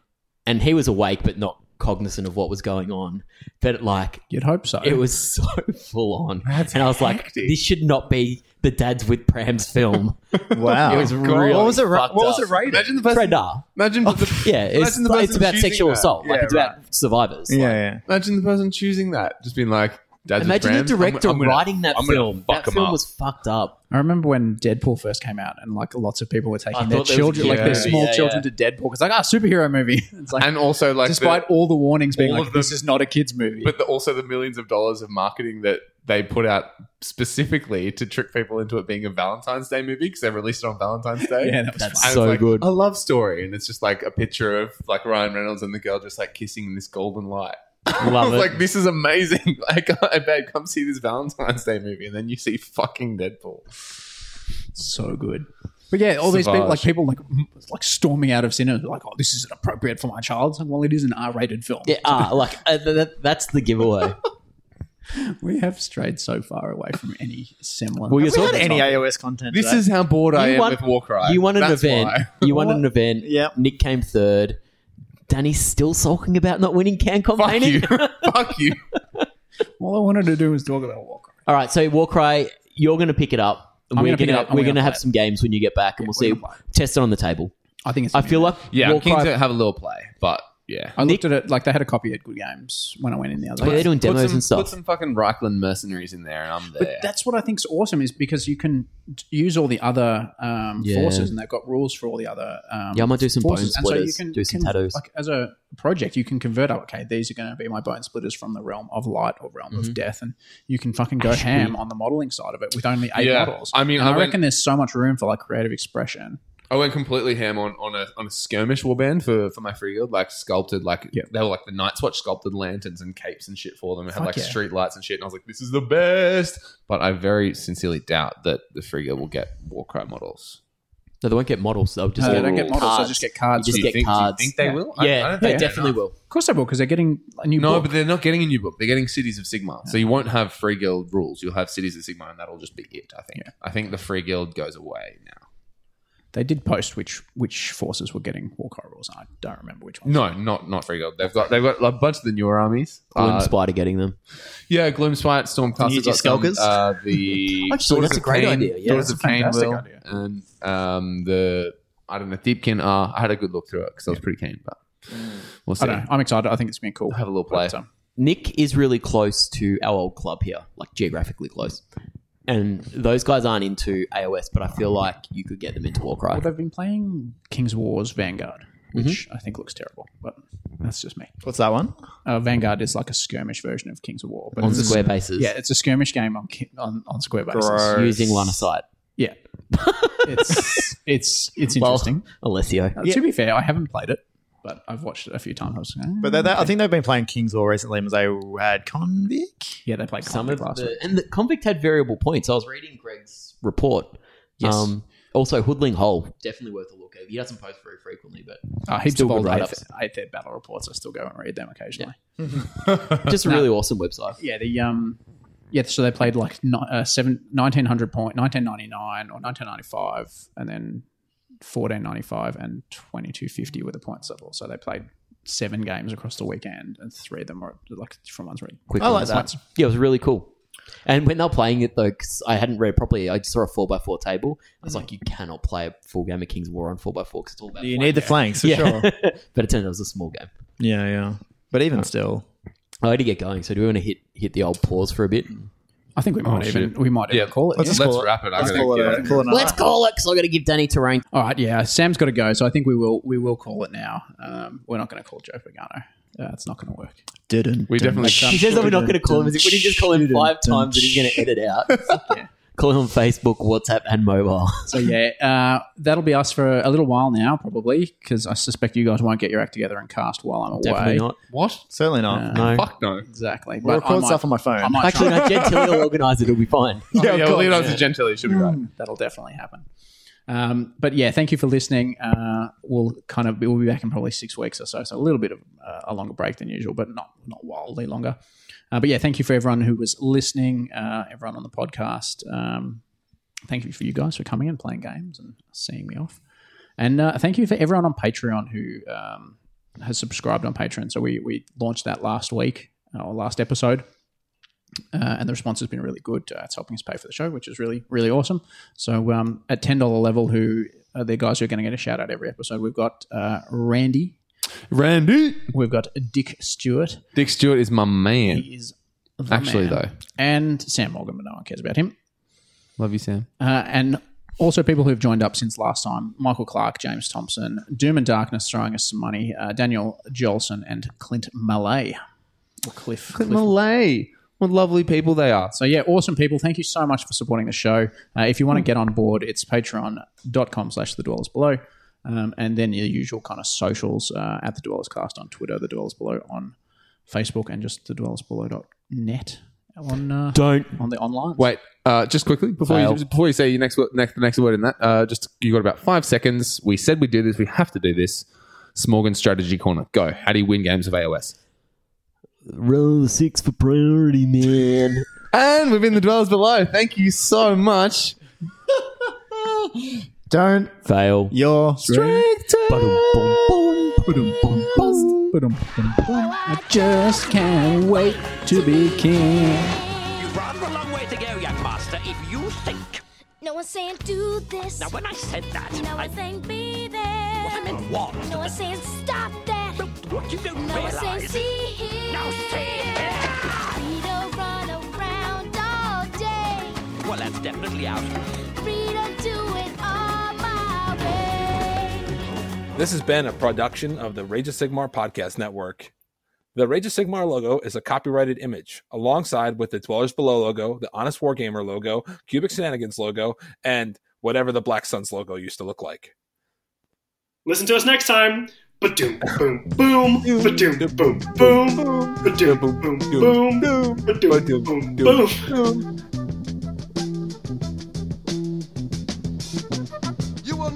and he was awake but not cognizant of what was going on. But like
You'd hope so.
it was so full on, and I was like, this should not be the dads with prams film.
Wow.
It was really
what was it? ra-
fucked
What was
up.
it rated?
Imagine the person.
Radar.
Oh, Imagine the,
Yeah, it's,
Imagine the person
it's about
choosing
sexual
that.
assault. Like
Yeah,
it's about survivors.
yeah,
Like,
yeah.
Imagine the person choosing that. Just being like, Dad's with
Imagine the
Rams, I'm-
director
I'm gonna-
writing that
I'm gonna
film.
fuck
that
'em
film
up.
was fucked up.
I remember when Deadpool first came out, and like lots of people were
I
taking their
thought there was a
children, like
kid
their
movie.
small
Yeah,
children, to Deadpool because like ah, superhero movie. It's like
and also like,
despite all the warnings being
all
like,
of them-
this is not a kids movie.
the, but the, also the millions of dollars of marketing that they put out specifically to trick people into it being a Valentine's Day movie because they released it on Valentine's Day.
yeah, that was
That's
And
so
it's like
good.
A love story, and it's just like a picture of like Ryan Reynolds and the girl just like kissing in this golden light. I
Love
was
it.
like, this is amazing. Like, I bet come see this Valentine's Day movie, and then you see fucking Deadpool.
so good. But yeah, all these people,
Savage.
like people like m- like storming out of cinema, like oh, this isn't appropriate for my child. It's like, well, it is an R-rated film.
yeah, ah, like uh, th- that, that's the giveaway.
We have strayed so far away from any similar.
Well, you're
Have we
talking
had
about
any iOS content?
This
today?
is how bored I
You
am
won-
with Warcry.
you won an
That's
event.
why.
You won an event.
Yep.
Nick came third. Danny's still sulking about not winning CanCon
Fuck
painting.
you. Fuck you.
all I wanted to do was talk about Walker.
All right, so Warcry, you're going to pick it up.
I'm
we're
gonna pick
gonna,
it up. I'm
we're
gonna
gonna have
play it.
some games when you get back, and we'll
we're
see. Test it on the table.
I think it's.
I feel like
Yeah, I'm keen
Warcry-
to have a little play, but yeah.
I looked at it like they had a copy at Good Games when I went in the other.
yeah, they're
day.
doing demos
put some,
and stuff.
Put some fucking Reichland mercenaries in there, and I'm
But
there.
that's what I think's awesome is because you can t- use all the other um,
Yeah.
forces, and they've got rules for all the other. Um,
Yeah, I might do some
forces.
bone
And so you
splitters, do some tattoos.
Like as a project, you can convert up. Okay, these are going to be my bone splitters from the realm of light or realm
Mm-hmm.
of death, and you can fucking go ham on the modeling side of it with only eight
Yeah.
models.
I mean,
And
I
I,
went-
reckon there's so much room for like creative expression.
I went completely ham on, on a on a skirmish warband for, for my free guild, like sculpted like
Yeah.
they were like the Night's Watch sculpted lanterns and capes and shit for them. It had
Fuck
like
yeah.
street lights and shit, and I was like, this is the best. But I very sincerely doubt that the free guild will get Warcry models.
no, they won't get models. They'll just
No, they
get
don't get models. They
cards.
just get cards.
You just
Do you
get
think, do you
cards.
think they will? I-
yeah,
I don't
they
think
definitely
will.
will.
Of course they will, because they're getting a new
No,
book.
but they're not getting a new book. They're getting Cities of Sigma. So you won't have Free Guild rules. You'll have Cities of Sigma, and that'll just be it. I think. I think the Free Guild goes away now.
they did post which which forces were getting Warcry rules, and I don't remember which one.
No, not not Free Guild. They've got they've got a bunch of the newer armies.
Gloom
Uh,
Spider getting them.
yeah, Gloomspite, Stormcast.
Ninja
got some,
Skulkers?
Uh,
Actually,
the Daughters
that's
of
a great
Cain-
idea, yeah.
Daughters
That's
of
a fantastic
Cainville,
idea.
and um, the I don't know Deepkin. Uh, I had a good look through it because I was pretty keen, but we'll see.
I don't know. I'm excited. I think it's been cool.
Have a little play.
But, um,
Nick is really close to our old club here, like geographically close. And those guys aren't into AOS, but I feel like you could get them into Warcry.
Well, they've been playing King's Wars Vanguard, which
Mm-hmm.
I think looks terrible, but that's just me.
What's that one?
Uh, Vanguard is like a skirmish version of Kings of War, but
on
it's a-
square bases.
yeah, it's a skirmish game on ki- on, on square bases.
Using line of sight.
Yeah, it's it's it's
Well,
interesting.
Alessio.
Uh, To be fair, I haven't played it, but I've watched it a few times. I was, eh.
But they they- I think they've been playing Kings War recently. and They had Convict.
yeah, they played
Some of
Convict last
the,
week.
and the convict had variable points. I was reading Greg's report.
Yes.
Um, also, Hoodling Hole definitely worth a look at. He doesn't post very frequently, but
Uh, heaps
Still
of
good
old eighth,
write-ups.
eighth ed battle reports. I still go and read them occasionally.
just a really awesome website.
Yeah, the um, yeah. So they played like ni- uh, seven, 1900 point, nineteen ninety nine or nineteen ninety five, and then fourteen ninety five and twenty two fifty were the points level. So they played seven games across the weekend, and three of them were like different ones. Were
Quick
I
one.
like that.
Yeah, it was really cool. And when they were playing it though, 'cause I hadn't read it properly, I just saw a four x four table. I was like, you cannot play a full game of Kings War on four x four because it's all about.
You
flank.
need the flanks for
yeah.
sure.
but it turned out it was a small game.
Yeah, yeah. But even still,
I had to get going, so do we want to hit hit the old pause for a bit?
I think we might even we might even call it.
let's,
yeah.
just
Let's
call it-
wrap it. I'm
Let's
gonna
call it.
get
a- call it a
Let's
night.
call it because I got to give Danny Terrain.
All right, yeah. Sam's got to go, so I think we will we will call it now. Um, we're not going to call Joe Pagano. Uh, it's not going to work.
Didn't.
We definitely
He says that we're not going to call him. We didn't just call him five times and he's going to edit out. Call him on Facebook, WhatsApp, and mobile.
So yeah, uh, that'll be us for a little while now, probably, because I suspect you guys won't get your act together and cast while I'm away.
Definitely not.
what?
Certainly not.
Uh,
No.
Fuck no.
Exactly.
We'll
But I
record
might-
stuff on my phone.
I might
Actually,
try-
no, Gentilly will organise it. It'll be fine.
Yeah, yeah Leonardo Gentilly should be right.
that'll definitely happen. Um, but yeah, thank you for listening. Uh, we'll kind of we'll be back in probably six weeks or so, so a little bit of uh, a longer break than usual, but not not wildly longer. Uh, but yeah, thank you for everyone who was listening, uh, everyone on the podcast. Um, thank you for you guys for coming and playing games and seeing me off, and uh, thank you for everyone on Patreon who um, has subscribed on Patreon. So we we launched that last week uh, or last episode uh, and the response has been really good. Uh, it's helping us pay for the show, which is really, really awesome. So um, at ten dollar level, who are the guys who are going to get a shout out every episode? We've got uh, Randy,
Randy.
we've got Dick Stewart,
Dick Stewart is my man.
he is the
Actually,
man.
though,
and Sam Morgan, but no one cares about him.
love you, Sam.
Uh, and also people who've joined up since last time: Michael Clark, James Thompson, Doom and Darkness throwing us some money, uh, Daniel Jolson, and Clint Malay. Or Cliff, Cliff
Malay. What lovely people they are.
So yeah, awesome people. Thank you so much for supporting the show. Uh, if you want to get on board, it's patreon.com slash the dwellers below. Um, and then your usual kind of socials uh, at the dwellers cast on Twitter, the dwellers below on Facebook, and just the dwellers below.net on uh,
Don't.
on the online.
Wait, uh, just quickly before you,
Fail.
before you say your next word, next the next word in that, uh, just you got about five seconds. We said we do this. We have to do this. Smorgan strategy corner. Go. How do you win games of AOS?
Roll the six for priority, man.
And we've been the dwellers below. Thank you so much.
Don't
Fail.
your
I just can't wait to be king.
You've rather a long way to go, young master, if you think.
No,
No one's saying do this.
Now, when I said that,
No
I,
one's saying be there.
I meant what?
No one's saying stop that.
What you don't
No one's saying
realize.
see here.
Now, see here.
Frito run around all day.
Well, that's definitely out.
Frito do it all my way.
This has been a production of the Rage of Sigmar Podcast Network. The Rage of Sigmar logo is a copyrighted image, alongside with the Dwellers Below logo, the Honest Wargamer logo, Cubic Shenanigans logo, and whatever the Black Suns logo used to look like.
Listen to us next time. Ba-doom, boom, boom. Ba-doom, boom, boom. Ba-doom, boom, boom. Ba-doom, boom, boom.
You will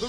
The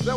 There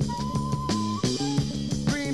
Green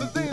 The theme